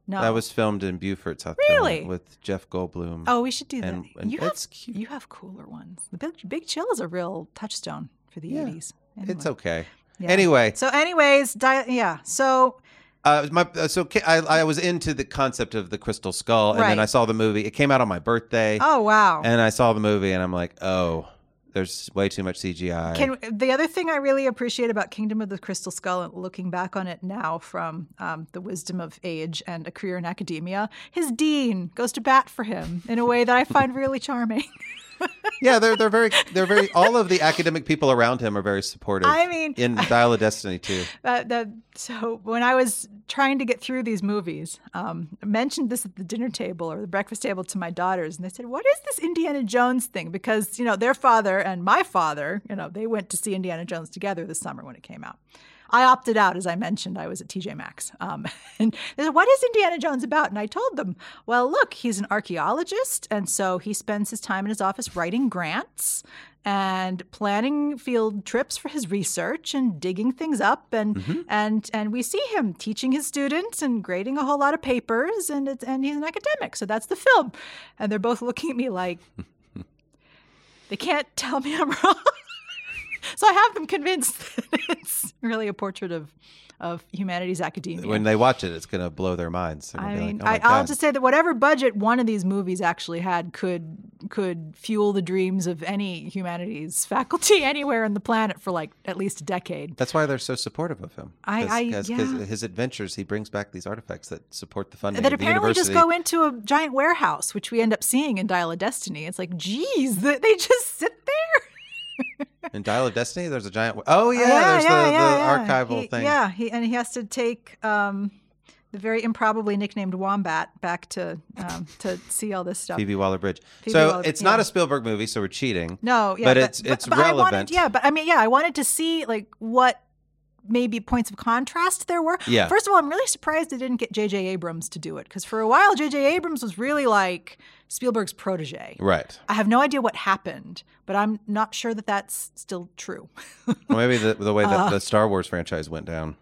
No. That was filmed in Beaufort, South Oh. Really? Carolina, with Jeff Goldblum. Oh, we should do that. and, and you have it's cute. you have cooler ones. The big big chill is a real touchstone for the Yeah, eighties. It's okay. Yeah. Anyway, So, anyways, di- yeah. So uh, my uh, so Ki- I, I was into the concept of the crystal skull, and then Right. I saw the movie. It came out on my birthday, oh wow. and I saw the movie, and I'm like, oh, there's way too much CGI. Can the other thing I really appreciate about Kingdom of the Crystal Skull, and looking back on it now from um, the wisdom of age and a career in academia, his dean goes to bat for him in a way that I find really charming. yeah, they're they're very they're very all of the academic people around him are very supportive. I mean, in Dial of Destiny too. Uh, the, so when I was trying to get through these movies, um, I mentioned this at the dinner table or the breakfast table to my daughters, and they said, "What is this Indiana Jones thing?" Because you know their father and my father, you know, they went to see Indiana Jones together this summer when it came out. I opted out, as I mentioned, I was at TJ Maxx, um, and they said, "What is Indiana Jones about?" And I told them, "Well, look, he's an archaeologist, and so he spends his time in his office writing grants." and planning field trips for his research and digging things up and and and we see him teaching his students and grading a whole lot of papers and it's and he's an academic so that's the film and they're both looking at me like they can't tell me I'm wrong So I have them convinced that it's really a portrait of of humanities academia. When they watch it, it's going to blow their minds. They're I gonna be mean, like, "Oh my I, I'll God." just say that whatever budget one of these movies actually had could could fuel the dreams of any humanities faculty anywhere on the planet for like at least a decade. That's why they're so supportive of him. I- I- yeah. his adventures, he brings back these artifacts that support the funding That of the apparently university. just go into a giant warehouse, which we end up seeing in Dial of Destiny. It's like, geez, th- they just sit there. in Dial of Destiny, there's a giant. Oh yeah, there's the, yeah, the yeah. archival He- thing. Yeah, he, and he has to take um, the very improbably nicknamed Wombat back to um, to see all this stuff. Phoebe Waller-Bridge. Phoebe so Waller- it's not yeah. a Spielberg movie, so we're cheating. No, yeah, But it's- it's I relevant. wanted, yeah, but I mean, yeah, I wanted to see like what maybe points of contrast there were. Yeah. First of all, I'm really surprised they didn't get J.J. Abrams to do it because for a while J.J. Abrams was really like Spielberg's protege. Right. I have no idea what happened, but I'm not sure that that's still true. Well, maybe the, the way that the Star Wars franchise went down.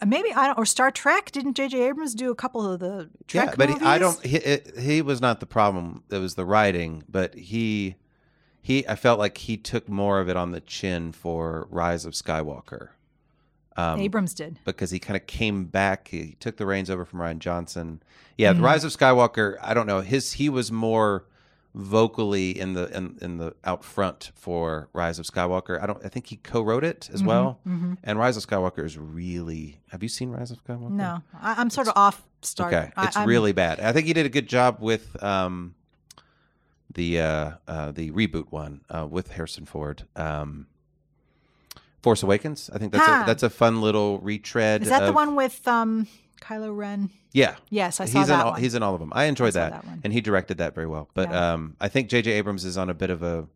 Uh, Maybe I don't. Or Star Trek didn't J.J. Abrams do a couple of the Trek yeah, but he, movies? I don't. He, it, he was not the problem. It was the writing, but he, he. I felt like he took more of it on the chin for Rise of Skywalker. Um, Abrams did. because he kind of came back. He took the reins over from Ryan Johnson. Yeah, Mm-hmm. the Rise of Skywalker. I don't know his. He was more vocally in the in, in the out front for Rise of Skywalker. I don't. I think he co-wrote it as well. mhm. And Rise of Skywalker is really. Have you seen Rise of Skywalker? No, I, I'm sort of off. Star. Okay, I- it's I'm- really bad. I think he did a good job with um, the uh, uh, the reboot one uh, with Harrison Ford. Um, Force Awakens. I think that's Ah. a, that's a fun little retread. Is that the of- one with um, Kylo Ren? Yeah, Yes, I saw he's that in all, one. he's in all of them. I enjoyed saw that, that one. and he directed that very well. But Yeah. um, I think J.J. Abrams is on a bit of a.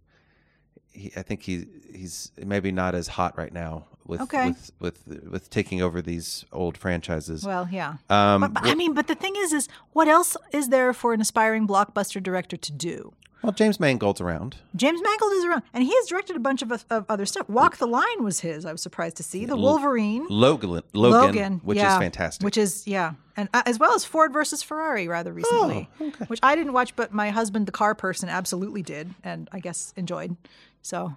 He, I think he he's maybe not as hot right now with Okay. with, with with taking over these old franchises. Well, yeah. um, But, but I mean, but the thing is, is what else is there for an aspiring blockbuster director to do? well, James Mangold's around. James Mangold is around, and he has directed a bunch of, of other stuff. Walk the Line was his. I was surprised to see the L- Wolverine, Logan, Logan, which yeah, is fantastic. Oh, Which is yeah, and uh, as well as Ford versus Ferrari rather recently, okay. which I didn't watch, but my husband, the car person, absolutely did, and I guess enjoyed. So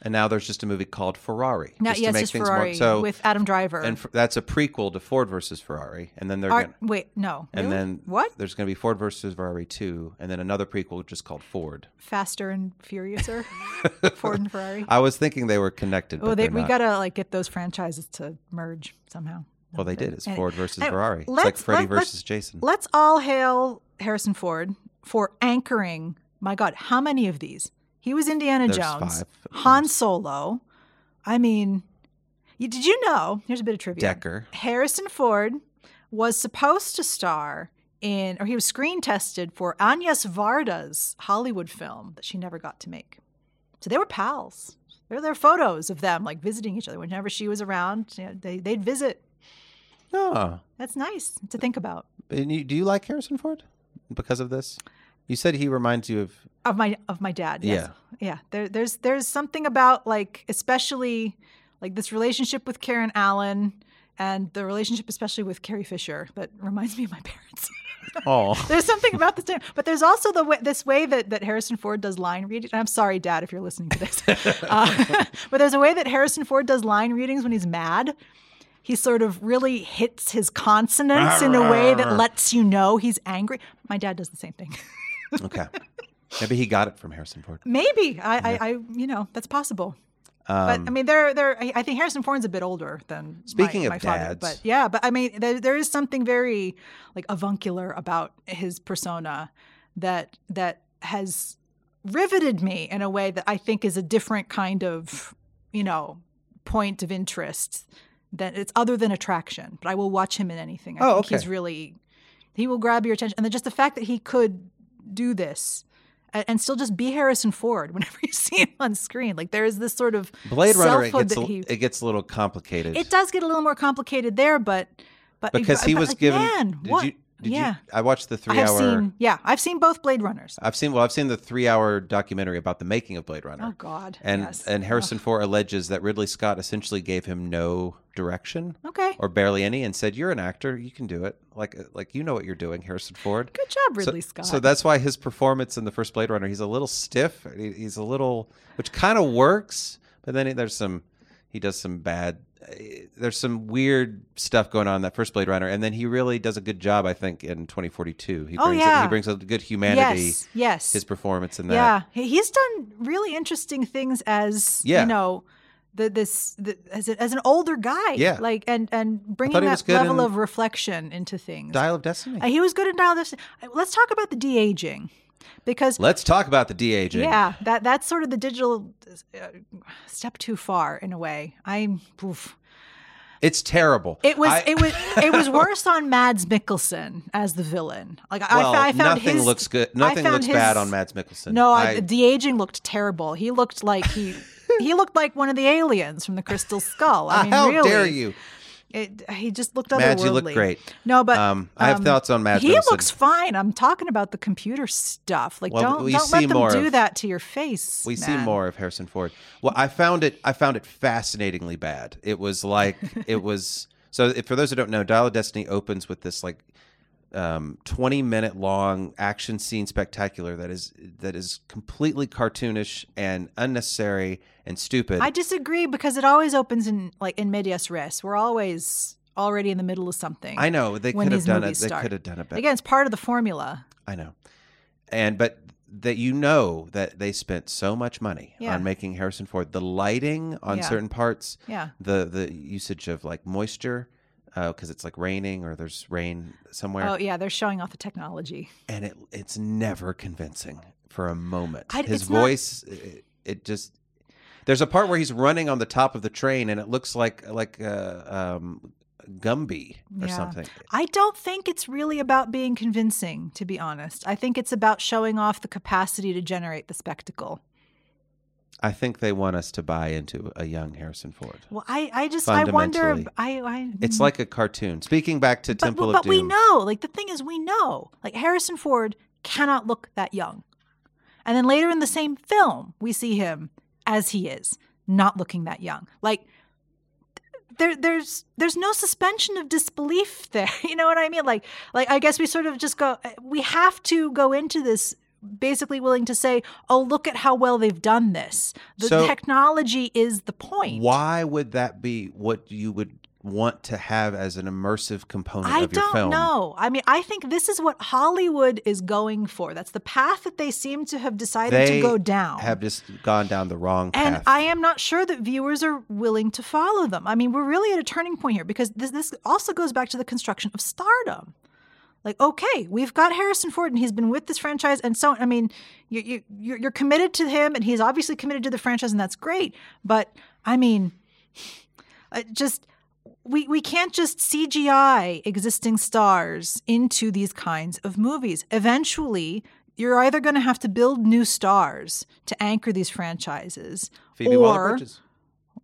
and now there's just a movie called Ferrari. now, just yes, to make it's things Ferrari more, so with Adam Driver. and f- that's a prequel to Ford versus Ferrari, and then they're Art- gonna, wait, no, and really? then what? There's going to be Ford versus Ferrari two, and then another prequel just called Ford. Faster and Furiouser, Ford and Ferrari. I was thinking they were connected, but Oh, they, are we not. gotta like get those franchises to merge somehow. well, they did. It's Anyway, Ford versus anyway, Ferrari. It's like let's- Freddy let- let's- versus Jason. Let's all hail Harrison Ford for anchoring. My God, how many of these? He was Indiana There's Jones, five at Han once. Solo. I mean, you, did you know? Here's a bit of trivia. Decker. Harrison Ford was supposed to star in, or he was screen tested for Agnes Varda's Hollywood film that she never got to make. So they were pals. There were photos of them like visiting each other whenever she was around. You know, they, they'd visit. Oh, That's nice to think about. and you, do you like Harrison Ford because of this? You said he reminds you of Of my of my dad. Yes. Yeah. Yeah. There, there's there's something about like especially like this relationship with Karen Allen and the relationship especially with Carrie Fisher that reminds me of my parents. oh. There's something about this time, but there's also the way, this way that, that Harrison Ford does line reading. I'm sorry, Dad, if you're listening to this, uh, but there's a way that Harrison Ford does line readings when he's mad. He sort of really hits his consonants in a way that lets you know he's angry. My dad does the same thing. okay. Maybe he got it from Harrison Ford. Maybe I, I, I you know, that's possible. Um, But I mean, they're, they're, I I think Harrison Ford's a bit older than Speaking my, of my father, dads. but yeah, but I mean, there, there is something very like avuncular about his persona that that has riveted me in a way that I think is a different kind of you know point of interest that it's other than attraction. But I will watch him in anything. I Oh, think he's okay. really he will grab your attention, and then just the fact that he could do this. a- And still, just be Harrison Ford whenever you see him on screen. Like there is this sort of Blade Runner, it selfhood gets, a, that he- it gets a little complicated. it does get a little more complicated there, but but because he but, was like, given. man, did what? you? Did yeah, You, I watched the I three have hour. seen. Yeah, I've seen both Blade Runners. I've seen. Well, I've seen the three hour documentary about the making of Blade Runner. Oh God. And yes. and Harrison Ford alleges that Ridley Scott essentially gave him no direction Okay. or barely any, and said, "You're an actor, you can do it. Like uh, like you know what you're doing, Harrison Ford." Good job, So- Ridley Scott. So that's why his performance in the first Blade Runner, he's a little stiff. He- He's a little, which kind of works, but then there's some he does some bad. eh, There's some weird stuff going on in that first Blade Runner, and then he really does a good job, I think, in 2042. He Oh, brings yeah. he brings a good humanity. Yes, yes. His performance in that. yeah, He- he's done really interesting things as Yeah. you know, the, this the, as a, as an older guy. Yeah. like and and bringing thought he was that good level in- of reflection into things. Dial of Destiny. Uh, he was good in Dial of Destiny. Uh, Let's talk about the de aging, because Let's talk about the de aging. yeah, that that's sort of the digital uh, step too far in a way. I'm. Oof. It's terrible. It was I- it was it was worse on Mads Mikkelsen as the villain. Like I, well, I found nothing his, looks good. Nothing found looks bad his- on Mads Mikkelsen. No, I, the aging looked terrible. He looked like he he looked like one of the aliens from the Crystal Skull. I mean, Ah, how really, dare you, It, he just looked otherworldly. Mads? You look great. No, but um, I have um, thoughts on Mads. he Mikkelsen. looks fine. I'm talking about the computer stuff. Like, Well, don't we don't let see them more do of- that to your face. We see man. more of Harrison Ford. Well, I found it. I found it fascinatingly bad. It was like it was. So, if, for those who don't know, Dial of Destiny opens with this like um, twenty-minute long action scene spectacular that is that is completely cartoonish and unnecessary and stupid. I disagree because it always opens in like in medias res. We're always already in the middle of something. I know they when could have these done it. movies They start. could have done it better. Again, it's part of the formula. I know. And but that you know that they spent so much money Yeah. on making Harrison Ford. The lighting on Yeah. certain parts, Yeah. the the usage of like moisture because it's like raining or there's rain somewhere, Oh yeah, they're showing off the technology. and it it's never convincing for a moment. I- His it's not- voice, it, it just. There's a part where he's running on the top of the train, and it looks like like uh, um, Gumby or Yeah. something. I don't think it's really about being convincing, to be honest. I think it's about showing off the capacity to generate the spectacle. I think they want us to buy into a young Harrison Ford. Well, I, I just I wonder. Fundamentally. I, I It's like a cartoon. Speaking back to Mm-hmm. but, Temple but of Doom, we know. Like the thing is, we know. Like Harrison Ford cannot look that young, and then later in the same film, we see him as he is, not looking that young. Like there, there's there's no suspension of disbelief there. You know what I mean? Like like I guess we sort of just go. uh, We have to go into this basically willing to say, oh, look at how well they've done this. The So- technology is the point. why would that be what you would want to have as an immersive component I of your don't film? know. I mean, I think this is what Hollywood is going for. That's the path that they seem to have decided They to go down. Have just gone down the wrong path. and I am not sure that viewers are willing to follow them. I mean, we're really at a turning point here because this this also goes back to the construction of stardom. Like, okay, we've got Harrison Ford, and he's been with this franchise, and so I mean, you, you you're, you're committed to him, and he's obviously committed to the franchise, and that's great. But I mean, uh, just we we can't just CGI existing stars into these kinds of movies. Eventually, you're either going to have to build new stars to anchor these franchises. Phoebe or- Waller-Bridges.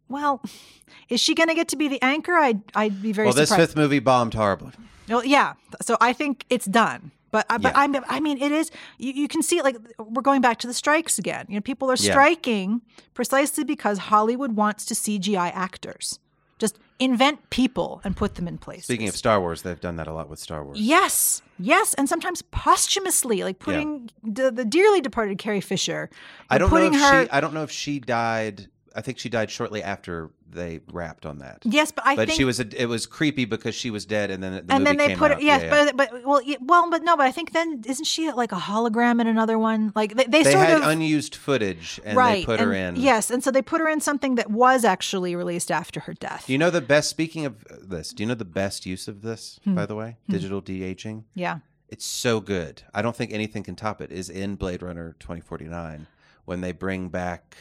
Well, is she going to get to be the anchor? I'd I'd be very Well, this surprised. fifth movie bombed horribly. No, yeah. So I think it's done. But I but Yeah. I'm, I mean, it is. You, you can see, it, like, we're going back to the strikes again. You know, people are Yeah. striking precisely because Hollywood wants to CGI actors. Just invent people and put them in place. Speaking of Star Wars, they've done that a lot with Star Wars. Yes, yes, and sometimes posthumously, like putting the, the dearly departed Carrie Fisher. I you're don't know putting if her. she. I don't know if she died. I think she died shortly after they wrapped on that. yes, but I but think she was. A, it was creepy because she was dead, and then the and movie then they came put out. it. Yes, Yeah, yeah. but but well, yeah, well, but no, but I think then isn't she like a hologram in another one? Like they, they, they sort had of unused footage, and right they put her in. and- Yes, and so they put her in something that was actually released after her death. Do you know the best? Speaking of this, do you know the best use of this? Hmm. By the way, digital de aging. yeah, It's so good. I don't think anything can top it. Is in Blade Runner twenty forty nine when they bring back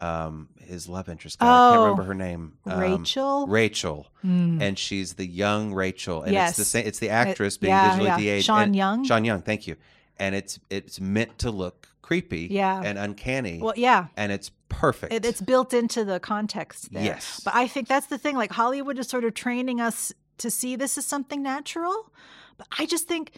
um, his love interest. God, I can't Oh. remember her name. Um, Rachel. Rachel, Mm. and she's the young Rachel, and it's Yes. the same. It's the actress being yeah, digitally yeah. de-aged. Sean and- Young? Sean Young. Thank you. And it's it's meant to look creepy, Yeah. and uncanny, well, yeah, and it's perfect. it, it's built into the context there. yes, But I think that's the thing. Like Hollywood is sort of training us to see this as something natural. But I just think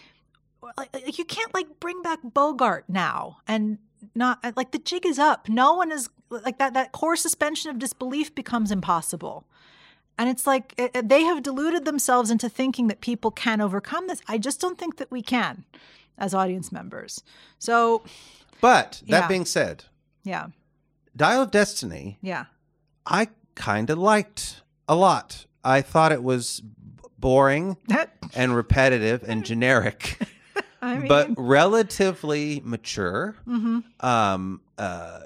uh, like, like, you can't like bring back Bogart now and not uh, like the jig is up. No one is like that. That core suspension of disbelief becomes impossible. And it's like eh, eh, they have deluded themselves into thinking that people can overcome this. I just don't think that we can as audience members. So, but that Yeah. being said, yeah, Dial of Destiny, yeah. I kind of liked a lot. I thought it was b- boring and repetitive and generic, I mean, but relatively mature, mhm. um, uh,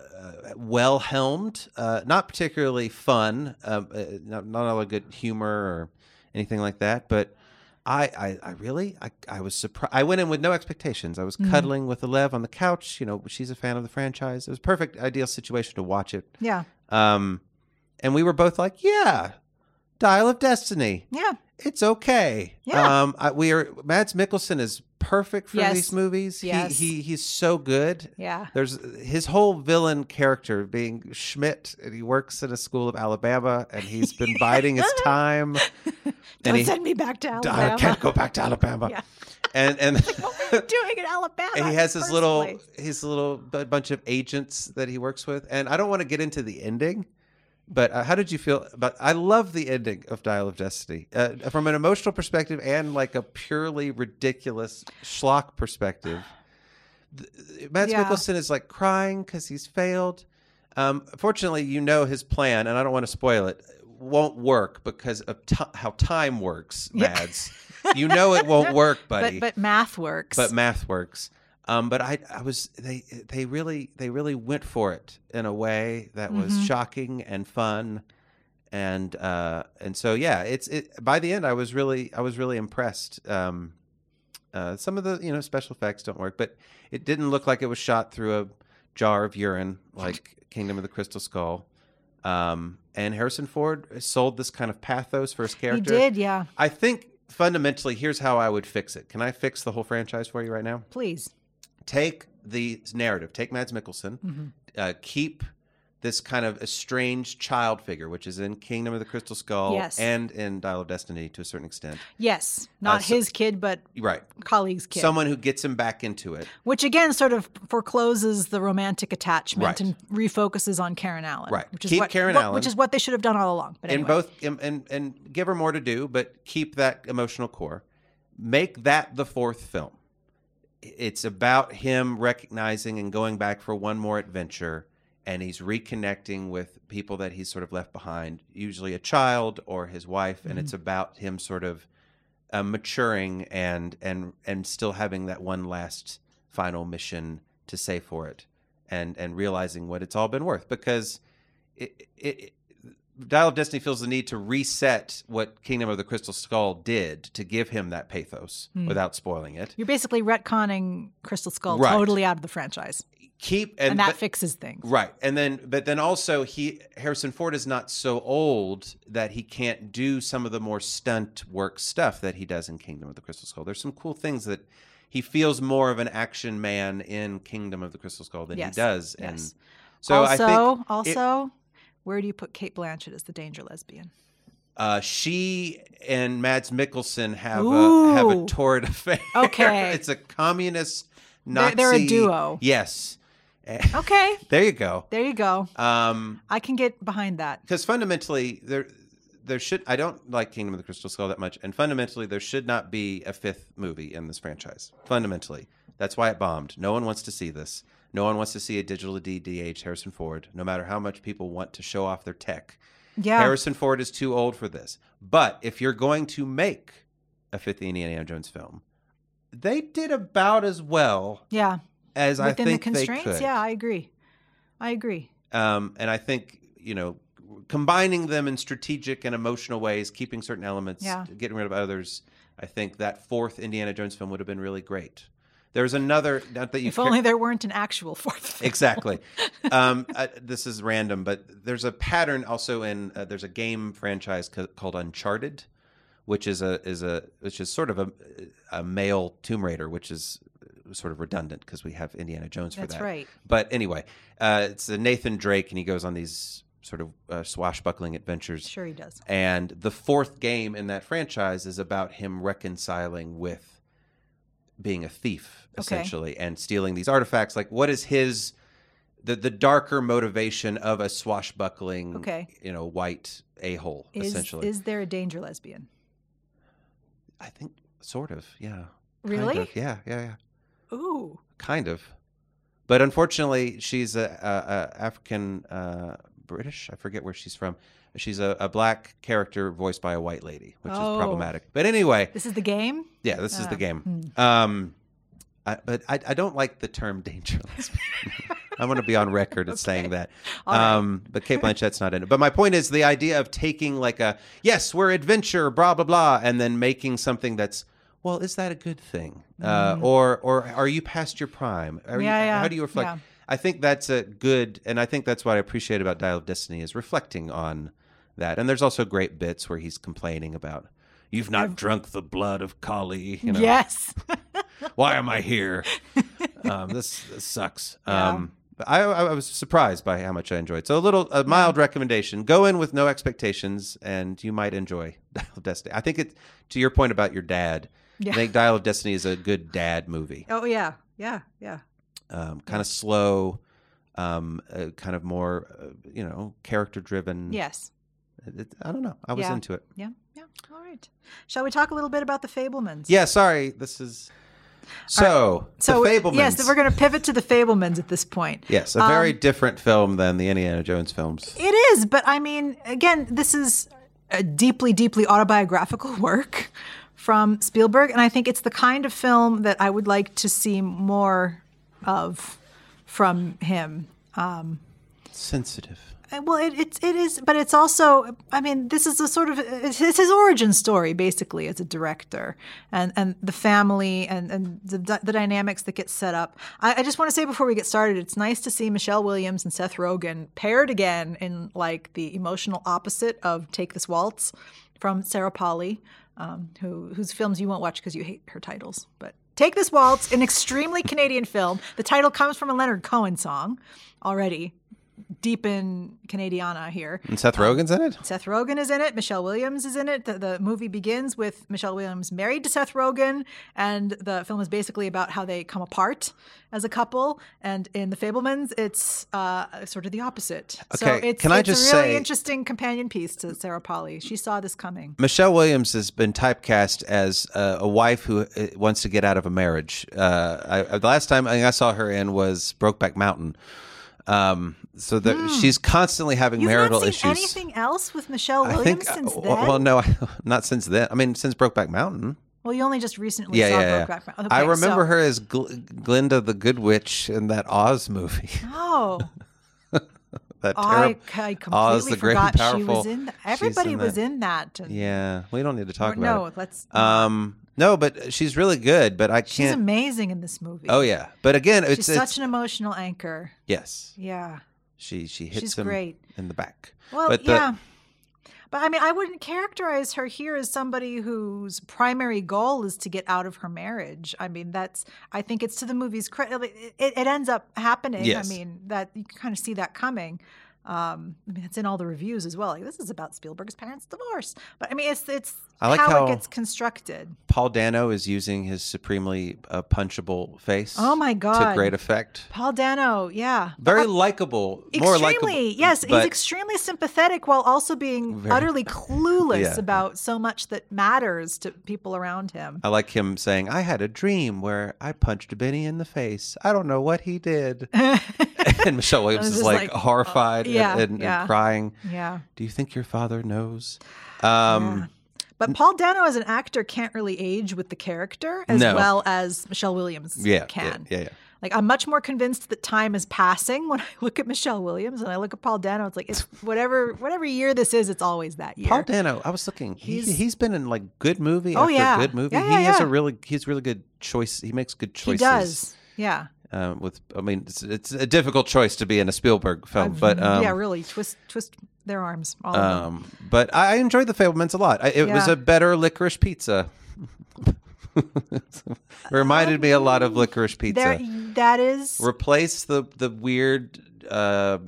well helmed, uh, not particularly fun, um, uh, not, not all a good humor or anything like that. But I, I, I really, I, I was surprised. I went in with no expectations. I was Mhm. cuddling with Alev on the couch. You know, she's a fan of the franchise. It was a perfect, ideal situation to watch it. yeah, Um, and we were both like, yeah, Dial of Destiny. yeah, It's okay. Yeah. Um, I, we are. Mads Mikkelsen is perfect for Yes. these movies. Yes. He, he he's so good. yeah. There's his whole villain character being Schmidt, and he works at a school of Alabama, and he's been biding his time. Don't he- send me back to Alabama. I can't go back to Alabama. Yeah. And and what were you doing in Alabama? and he has in the his first little place? his little bu- bunch of agents that he works with and i don't want to get into the ending but uh, how did you feel about i love the ending of dial of destiny uh, from an emotional perspective and like a purely ridiculous schlock perspective Th- mads Yeah. mikkelsen is like crying because he's failed um, fortunately you know his plan and i don't want to spoil it won't work because of ti how time works Yeah. mads you know it won't work buddy But but math works. but math works. Um, but I, I was they they really they really went for it in a way that was Mhm. shocking and fun, and uh, and so yeah, it's it. By the end, I was really I was really impressed. Um, uh, some of the you know special effects don't work, but it didn't look like it was shot through a jar of urine like Kingdom of the Crystal Skull. Um, and Harrison Ford sold this kind of pathos for his he character. did, yeah. I think fundamentally, here's how I would fix it. Can I fix the whole franchise for you right now? Please. Take the narrative, take Mads Mikkelsen, Mhm. uh, keep this kind of estranged child figure, which is in Kingdom of the Crystal Skull Yes. and in Dial of Destiny to a certain extent. Yes, not Uh, so- his kid, but Right. colleague's kid, Someone who gets him back into it. which again sort of forecloses the romantic attachment Right. and refocuses on Karen Allen. Right. Which is Keep what, Karen what- Allen. Which is what they should have done all along. But and anyway. both and, and and give her more to do, but keep that emotional core. Make that the fourth film. It's about him recognizing and going back for one more adventure, and he's reconnecting with people that he's sort of left behind, usually a child or his wife, and it's Mm-hmm. about him sort of uh, maturing and and and still having that one last final mission to say for it, and and realizing what it's all been worth because it, it, it, Dial of Destiny feels the need to reset what Kingdom of the Crystal Skull did to give him that pathos Hmm. without spoiling it. You're basically retconning Crystal Skull Right. totally out of the franchise, Keep and, and, that but- fixes things. right, and then but then also he Harrison Ford is not so old that he can't do some of the more stunt work stuff that he does in Kingdom of the Crystal Skull. There's some cool things that he feels more of an action man in Kingdom of the Crystal Skull than Yes, he does. in yes. so also, I think also, where do you put Kate Blanchett as the danger lesbian? Uh, she and Mads Mikkelsen have a Ooh. have a torrid affair. Okay. it's a communist They're- Nazi. they're a duo. Yes, Eh, Okay, there you go. there you go. Um, I can get behind that. because fundamentally, there there should I don't like Kingdom of the Crystal Skull that much, and fundamentally, there should not be a fifth movie in this franchise. Fundamentally, that's why it bombed. No one wants to see this. No one wants to see a digital DDH Harrison Ford. No matter how much people want to show off their tech. Yeah, Harrison Ford is too old for this. But if you're going to make a fifth Indiana Jones film, they did about as well yeah. as I Within the think constraints, they could. yeah, I agree. I agree. Um, and I think you know, combining them in strategic and emotional ways, keeping certain elements, Yeah. getting rid of others. I think that fourth Indiana Jones film would have been really great. There's another. Not that you If care- only there weren't an actual fourth. film. exactly. Um, uh, this is random, but there's a pattern also in uh, there's a game franchise ca- called Uncharted, which is a is a which is sort of a a male Tomb Raider, which is uh, sort of redundant because we have Indiana Jones for That's that. right. But anyway, uh, it's a Nathan Drake, and he goes on these sort of uh, swashbuckling adventures. Sure, he does. And the fourth game in that franchise is about him reconciling with being a thief, Okay. essentially, and stealing these artifacts. Like, what is his the the darker motivation of a swashbuckling, Okay. you know, white a hole, Is essentially? is there a danger lesbian? I think sort of, yeah. Kind Really? of, yeah, yeah, yeah, Ooh. kind of. But unfortunately, she's a, a, a African uh, British. I forget where she's from. She's a, a black character voiced by a white lady, which Oh. is problematic. But anyway, This is the game. yeah, this is Ah. the game. Hmm. Um, I, but I, I don't like the term danger lesbian. I want to be on record as saying Okay. that. All right. Um, but Kate Blanchett's not in it. But my point is the idea of taking like a yes, we're adventure, blah blah blah, and then making something that's well, is that a good thing, uh, or or are you past your prime? Are you- Mm. Yeah, yeah, How do you reflect? yeah. I think that's a good, and I think that's what I appreciate about Dial of Destiny is reflecting on that. And there's also great bits where he's complaining about. You've not drunk the blood of Kali. You know, Yes. Why am I here? um, this, this sucks. Yeah. Um, but I, I I was surprised by how much I enjoyed. So a little a mild recommendation: go in with no expectations, and you might enjoy Dial of Destiny. I think it to your point about your dad. Yeah. I think Dial of Destiny is a good dad movie. oh yeah. Yeah. Yeah. Um, kind of slow, um, uh, kind of more, uh, you know, character driven. Yes. I don't know. I was Yeah. into it. Yeah. Yeah. All right. Shall we talk a little bit about the Fablemans? Yeah. Sorry. This is so. So the Fablemans. yes, we're going to pivot to the Um, Fablemans at this point. Yes, a very different film than the Indiana Jones films. It is, but I mean, again, this is a deeply, deeply autobiographical work from Spielberg, and I think it's the kind of film that I would like to see more of from him. Sensitive. Uh, Well, it, it it is, but it's also. I mean, this is a sort of it's his his origin story, basically, as a director, and and the family and and the, dy- the dynamics that get set up. I, I just want to say before we get started, it's nice to see Michelle Williams and Seth Rogen paired again in like the emotional opposite of "Take This Waltz" from Sarah Polly, um, who whose films you won't watch because you hate her titles, but. Take This Waltz, an extremely Canadian film. The title comes from a Leonard Cohen song already deep in Canadiana here. And Seth Rogen's in it? Seth Rogen is in it. Michelle Williams is in it. The, the movie begins with Michelle Williams married to Seth Rogen, and the film is basically about how they come apart as a couple. And in The Fablemans, it's uh, sort of the opposite. so Okay, it's, can I it's just a really say- interesting companion piece to Sarah Polly. She saw this coming. Michelle Williams has been typecast as uh, a wife who uh, wants to get out of a marriage. Uh, I, I- the last time I, think I saw her in was Brokeback Mountain. Um, so the, she's constantly having Hmm. You've marital not seen issues. anything else with Michelle I Williams think. Oh, since uh, then? well, no, not since then. I mean, since Brokeback Mountain. Well, you only just recently Yeah, saw yeah, yeah. Brokeback Mountain. I Okay, so- remember her as Gl- Glinda the Good Witch in that Oz movie. Oh, that I, terrible. I completely Oz the Great and forgot she was Powerful. in that. She's Everybody in was that. in that. and- Yeah, we don't need to talk or- about no, it. let's. Um, no, but she's really good. But I she's can't. amazing in this movie. oh yeah, but again, it's, she's it's such an emotional anchor. yes. Yeah, She she hits she's him great. in the back. Well, but the- yeah. But I mean, I wouldn't characterize her here as somebody whose primary goal is to get out of her marriage. I mean, that's, I think it's to the movie's credit. It, it ends up happening. Yes. I mean, that you can kind of see that coming. Um, I mean, it's in all the reviews as well. Like, this is about Spielberg's parents' divorce. But I mean, it's, it's I like how how- it gets constructed. Paul Dano is using his supremely uh, punchable face. Oh my To God. great effect. Paul Dano, yeah. Very likable. More likable. extremely yes he's but- extremely sympathetic while also being Very- utterly clueless Yeah. about so much that matters to people around him I like him saying, "I had a dream where I punched Benny in the face. I don't know what he did." and Michelle Williams was is just like, like, uh, horrified and- yeah, and, and yeah. crying. yeah Do you think your father knows? Um, Yeah. but paul dano as an actor can't really age with the character as No. well as michelle williams yeah, can yeah, yeah, yeah. like i'm much more convinced that time is passing when i look at michelle williams and i look at paul dano it's like it's whatever whatever year this is it's always that year Paul Dano, I was looking. He's He's- he's been in like good movie Oh, after yeah. good movie. Yeah, yeah, he has yeah. a really he's really good choice. He makes good he choices. does yeah Um, with I mean, it's, it's a difficult choice to be in a Spielberg film, but um, yeah really twist twist their arms all of them. um, but I I enjoyed the Fablemans a lot. I, it was Yeah. a better licorice pizza. Reminded me a lot of licorice pizza. there that is Replace the the weird uh,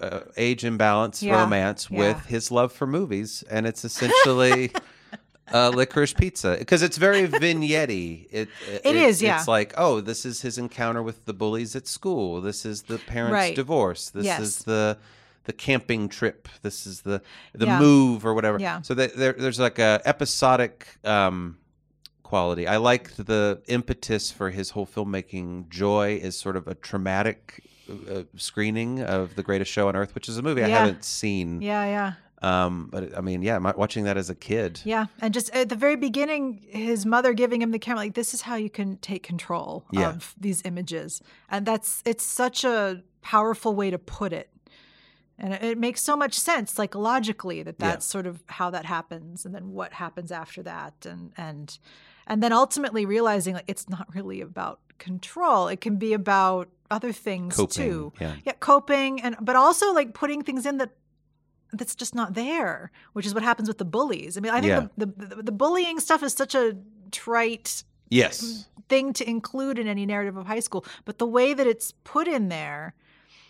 uh, age imbalance Yeah, romance yeah. with his love for movies, and it's essentially uh, licorice pizza because it's very vignette It, it, It is, yeah. It's like, oh, this is his encounter with the bullies at school. This is the parents' Right. divorce. This Yes. is the the camping trip. This is the the Yeah. move or whatever. Yeah. So there, there- there's like a episodic. Um, quality. I like the impetus for his whole filmmaking joy is sort of a traumatic uh, screening of The Greatest Show on Earth, which is a movie I Yeah. haven't seen. Yeah, yeah. Um, but I mean, yeah, my, watching that as a kid. Yeah, and just at the very beginning, his mother giving him the camera, like this is how you can take control Yeah. of these images, and that's it's such a powerful way to put it, and it, it makes so much sense, like logically, that Yeah. that's sort of how that happens, and then what happens after that, and and and then ultimately realizing like it's not really about control; it can be about other things Coping. too Yeah. yeah coping and but also like putting things in that that's just not there which is what happens with the bullies i mean i think Yeah. the, the, the, the bullying stuff is such a trite Yes. thing to include in any narrative of high school but the way that it's put in there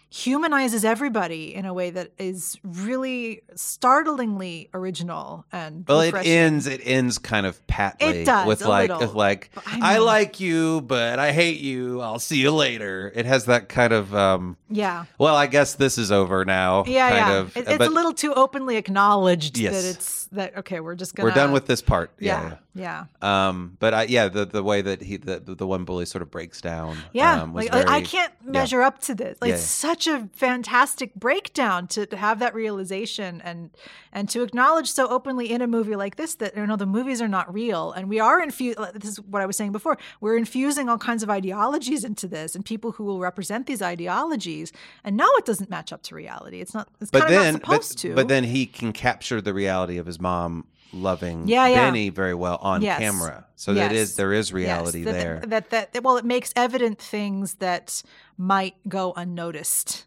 humanizes everybody in a way that is really startlingly original and Well, it refreshing. ends. It ends kind of patly It does, with a like, little. with like, But I know. like you, but I hate you. I'll see you later. It has that kind of, um, yeah well, I guess this is over now. yeah kind yeah of. uh, It- it's but a little too openly acknowledged Yes. that it's that okay we're just gonna we're done with this part. yeah, yeah. Um, but I, yeah, the the way that he the the one bully sort of breaks down. Yeah, um, was like I- I very- can't measure up to this. Like Yeah. such a fantastic breakdown to to have that realization and and to acknowledge so openly in a movie like this that you know the movies are not real and we are infusing. This is what I was saying before. We're infusing all kinds of ideologies into this and people who will represent these ideologies. And no, it doesn't match up to reality. It's not. It's But kind then, of not but, supposed to. but then he can capture the reality of his mom loving Yeah, yeah. Benny very well on Yes. camera. So that Yes. is there is Yes, reality that- there. That, that that well, it makes evident things that might go unnoticed.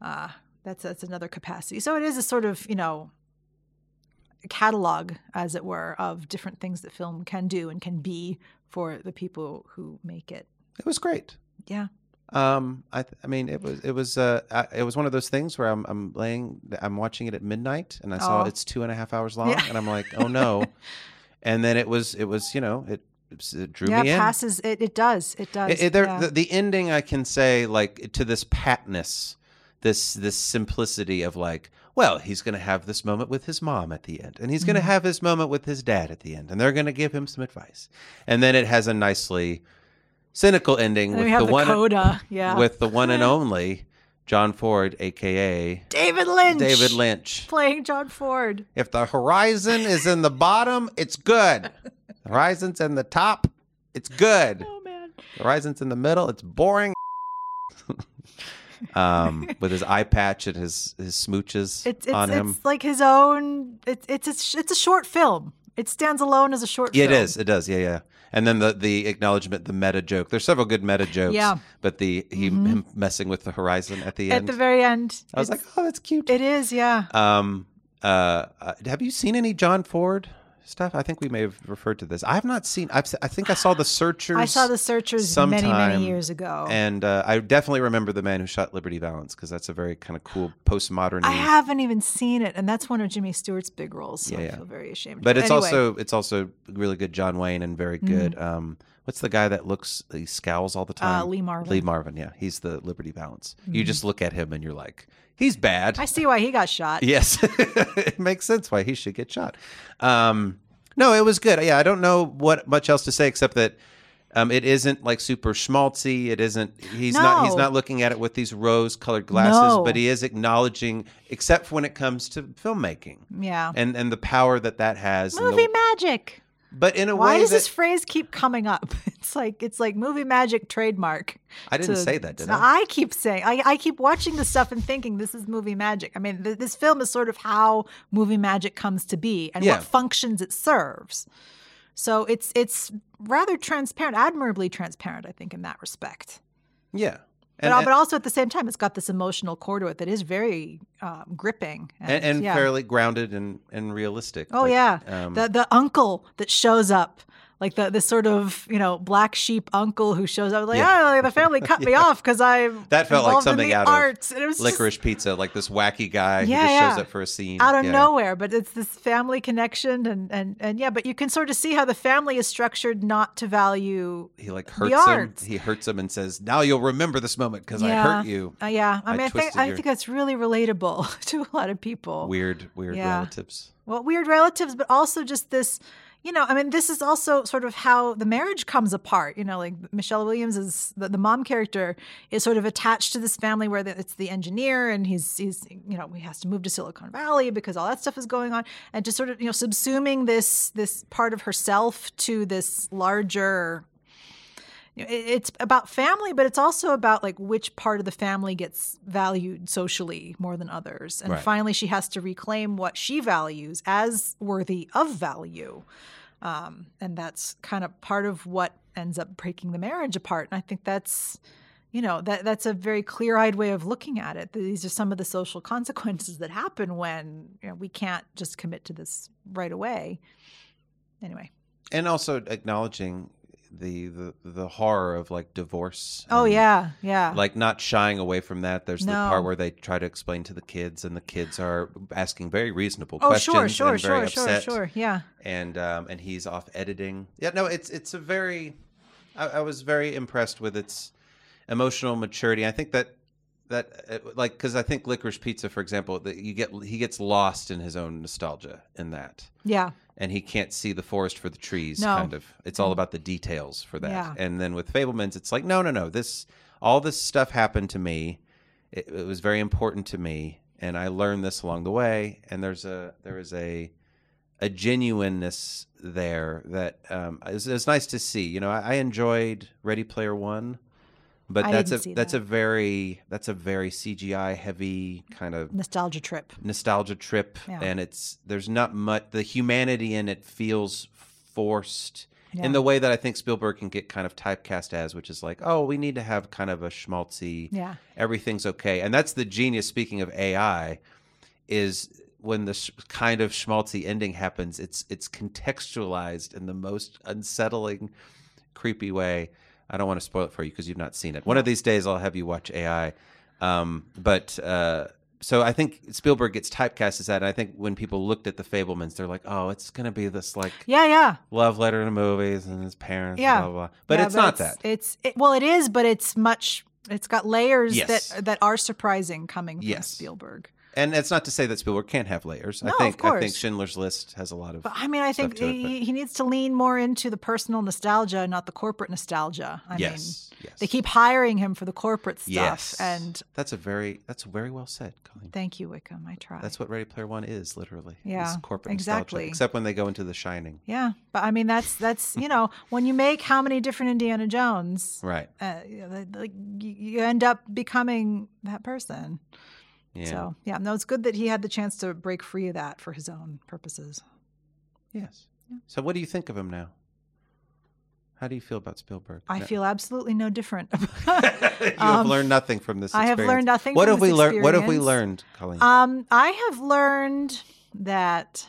Uh, that's that's another capacity. So it is a sort of you know catalog, as it were, of different things that film can do and can be for the people who make it. It was great. Yeah. Um, I, th- I mean, it was, it was, uh, I, it was one of those things where I'm, I'm laying, I'm watching it at midnight, and I saw Aw. it's two and a half hours long, Yeah. and I'm like, oh no, and then it was, it was, you know, it, it drew yeah, me in. passes it. It does. It does. It- it- there- yeah. the, the ending I can say like to this patness, this this simplicity of like, well, he's going to have this moment with his mom at the end, and he's going to Mhm. have his moment with his dad at the end, and they're going to give him some advice, and then it has a nicely cynical ending and then with we have the, the, one coda. Yeah. with the one and only John Ford, aka David Lynch. David Lynch. playing John Ford. If the horizon is in the bottom, it's good. The horizon's in the top, it's good. Oh man. The horizon's in the middle. It's boring. um, with his eye patch and his his smooches It's it's, on him. it's like his own. It's it's a sh- it's a short film. It stands alone as a short. yeah, it film. is. It does. Yeah, yeah. And then the the acknowledgement, the meta joke. There's several good meta jokes. Yeah. But the he Mhm. him messing with the horizon at the At end. the very end, I was like, it's- oh, that's cute. it is. Yeah, um. Uh. uh, Have you seen any John Ford stuff? I think we may have referred to this. I've not seen. I've. s- I think I saw the Searchers. I saw the Searchers many sometime many years ago. And uh, I definitely remember the man who shot Liberty Valance because that's a very kind of cool postmodern. I haven't even seen it, and that's one of Jimmy Stewart's big roles. So Yeah, I yeah. feel very ashamed. But it's anyway, Mm-hmm. also it's also really good John Wayne and very good. Um, what's the guy that looks he scowls all the uh, time? Lee Marvin. Mm-hmm. Lee Marvin. Yeah, he's the Liberty Valance. You just look at him and you're like, he's bad. I see why he got shot. Yes, it makes sense why he should get shot. Um, no, it was good. Yeah, I don't know what much else to say except that um, it isn't like super schmaltzy. It isn't. He's not. He's No. not looking at it with these rose-colored glasses, No. but he is acknowledging, except for when it comes to filmmaking Yeah, and and the power that that has. and the- movie magic. but in a Why way does that this phrase keep coming up? It's like it's like movie magic trademark. I didn't to- say that, did No, I? I keep saying I, I keep watching this stuff and thinking this is movie magic. I mean, th- this film is sort of how movie magic comes to be and Yeah. what functions it serves. So it's it's rather transparent, admirably transparent, I think, in that respect. Yeah. But, al- but also at the same time, it's got this emotional core to it that is very um, gripping and, and yeah. fairly grounded and, and realistic. Oh, yeah. um, the the uncle that shows up like the this sort of you know black sheep uncle who shows up like oh the family cut me off because I That felt like involved in something the out of arts and it was just- licorice pizza, like this wacky guy Yeah, who just shows yeah. up for a scene out of Yeah. nowhere but it's this family connection and and and yeah but you can sort of see how the family is structured not to value He like hurts him. arts. He hurts him and says, "Now you'll remember this moment because I Yeah. hurt you." uh, yeah i I mean i, think twisted i your- think that's really relatable to a lot of people Weird, weird Yeah. relatives. well weird relatives but also just this you know, I mean, this is also sort of how the marriage comes apart. You know, like Michelle Williams is the, the mom character is sort of attached to this family where the, it's the engineer and he's he's you know he has to move to Silicon Valley because all that stuff is going on, and just sort of you know subsuming this this part of herself to this larger. you know, it- It's about family, but it's also about like which part of the family gets valued socially more than others. And Right. finally, she has to reclaim what she values as worthy of value. Um, and that's kind of part of what ends up breaking the marriage apart. And I think that's, you know, that that's a very clear-eyed way of looking at it. These are some of the social consequences that happen when you know, we can't just commit to this right away. Anyway, and also acknowledging the the, the horror of like divorce. oh and, yeah, yeah, Like not shying away from that. There's the No. part where they try to explain to the kids, and the kids are asking very reasonable oh questions. sure, sure, and very sure, sure, upset. sure, yeah, and um, and he's off editing. Yeah, no, it's it's a very. I, I was very impressed with its emotional maturity. I think that that uh, like because I think Licorice Pizza, for example, that you get he gets lost in his own nostalgia in that, yeah, and he can't see the forest for the trees. No. Mm. Kind of, it's all about the details for that. Yeah. And then with Fablemans, it's like no, no, no. This all this stuff happened to me. It, it was very important to me, and I learned this along the way. And there's a there is a a genuineness there that um, is, is nice to see. You know, I, I enjoyed Ready Player One, but I that's didn't a see that's that. a very that's a very CGI heavy kind of nostalgia trip. nostalgia trip, Yeah. and it's there's not much the humanity in it feels forced. Yeah. In the way that I think Spielberg can get kind of typecast as, which is like, oh, we need to have kind of a schmaltzy, Yeah, everything's okay. And that's the genius. Speaking of AI, is when the sh- kind of schmaltzy ending happens, it's it's contextualized in the most unsettling, creepy way. I don't want to spoil it for you because you've not seen it. One of these days, I'll have you watch AI. Um, but uh, so I think Spielberg gets typecast as that. And I think when people looked at the Fablemans, they're like, "Oh, it's going to be this like yeah, yeah. love letter to movies and his parents." Yeah, Yeah. blah blah. blah. But Yeah, it's not that. It's it, well, it is, but it's much. It's got layers Yes. that that are surprising coming from Yes. Spielberg. And that's not to say that Spielberg can't have layers. I No, think of I think course. Schindler's List has a lot of. But I mean, I Stuff think to it, he, he needs to lean more into the personal nostalgia, not the corporate nostalgia. I mean, yes, yes. they keep hiring him for the corporate stuff, yes. and that's a very that's very well said, Colleen. thank you, Wickham. I tried. That's what Ready Player One is literally. is Yeah, corporate nostalgia, exactly. Except when they go into The Shining, yeah, but I mean, that's that's you know, when you make how many different Indiana Jones, right? uh, you know, like you, you end up becoming that person. Yeah. So yeah, no, it's good that he had the chance to break free of that for his own purposes. Yes. So what do you think of him now? How do you feel about Spielberg? I No- feel absolutely no different. you have um, learned nothing from this. I have experience. learned nothing What from have this we learned? What have we experience. learned, Colleen? um, I have learned that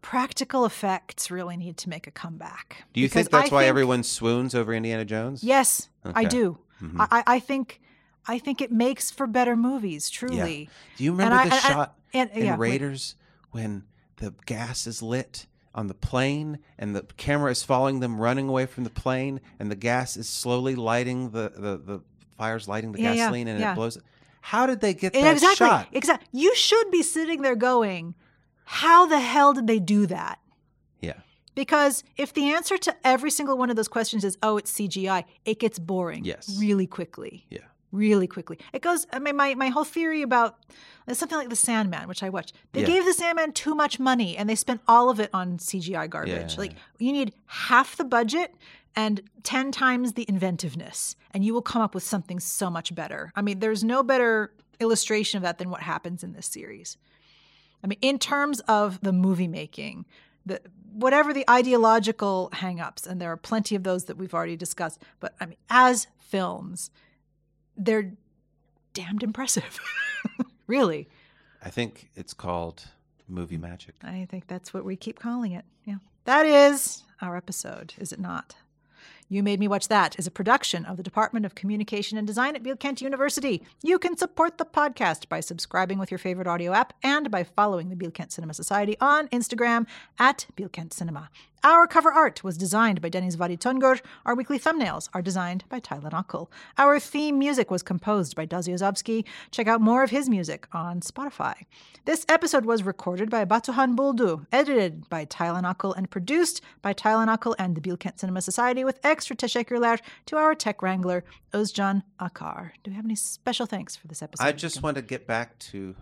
practical effects really need to make a comeback. do you think Because I that's why think- everyone swoons over Indiana Jones? Yes, I Okay. do. Mhm. I I, I think. I think it makes for better movies, truly. Do you remember I- the and I- shot? And, in yeah, wait. Raiders when the gas is lit on the plane and the camera is following them running away from the plane and the gas is slowly lighting the the, the fires lighting the Yeah, yeah, gasoline and it yeah. blows how did they get And that exactly, shot exactly. You should be sitting there going, "How the hell did they do that?" yeah Because if the answer to every single one of those questions is, oh, it's CGI, it gets boring Yes. really quickly. Yeah. Really quickly. It goes, I mean, my, my whole theory about it's something like The Sandman, which I watched. They Yeah. gave The Sandman too much money and they spent all of it on CGI garbage. Yeah. Like, you need half the budget and 10 times the inventiveness, and you will come up with something so much better. I mean, there's no better illustration of that than what happens in this series. I mean, in terms of the movie making, the whatever the ideological hangups, and there are plenty of those that we've already discussed. But I mean, as films, they're damned impressive. really, i think it's called movie magic I think that's what we keep calling it. Yeah, that is our episode, is it not? You Made Me Watch That is a production of the Department of Communication and Design at Beal Kent University. You can support the podcast by subscribing with your favorite audio app and by following the Beal Kent Cinema Society on Instagram at Beal Kent Cinema. Our cover art was designed by Denis Varitungur. Our weekly thumbnails are designed by Tyler Ockel. Our theme music was composed by Daz Yozovsky. Check out more of his music on Spotify. This episode was recorded by Batuhan Buldu, edited by Tyler Ockel, and produced by Tyler Ockel and the Beale Kent Cinema Society with extra teşekkürler to our tech wrangler, Özcan Akar. Do we have any special thanks for this episode? I just want to get back to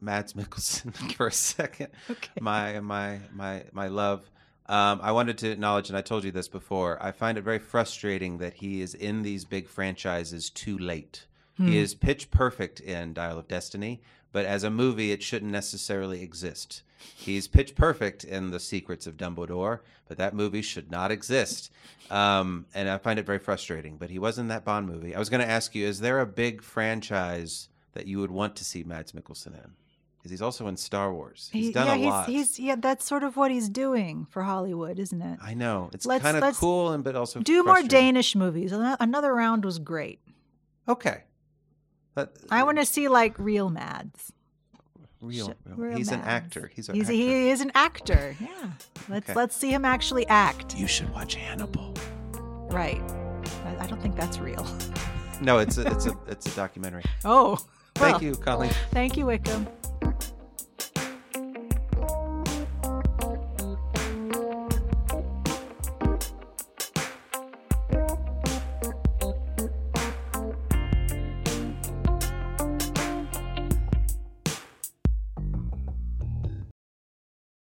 Mads Mikkelsen for a second. Okay. My my my my love. Um, I wanted to acknowledge, and I told you this before. I find it very frustrating that he is in these big franchises too late. Hmm. He is pitch perfect in Dial of Destiny, but as a movie, it shouldn't necessarily exist. He's pitch perfect in The Secrets of Dumbledore, but that movie should not exist. Um, and I find it very frustrating. But he was in that Bond movie. I was going to ask you: Is there a big franchise that you would want to see Mads Mikkelsen in? Because he's also in Star Wars. He's He- done yeah, a lot. He's, he's yeah, that's sort of what he's doing for Hollywood, isn't it? I know it's Let's- kind of let's cool, and but also Do more frustrating. Danish movies. Ano- Another round was great. Okay, But- I want to see like real Mads. real. shit, real- real he's an Mads. actor. He's an He's actor. he is an actor. Yeah. Let's Okay. let's see him actually act. You should watch Hannibal. Right. I, I don't think that's real. No, it's a, it's a it's a documentary. Oh. well, Thank you, Colleen. Thank you, Wickham.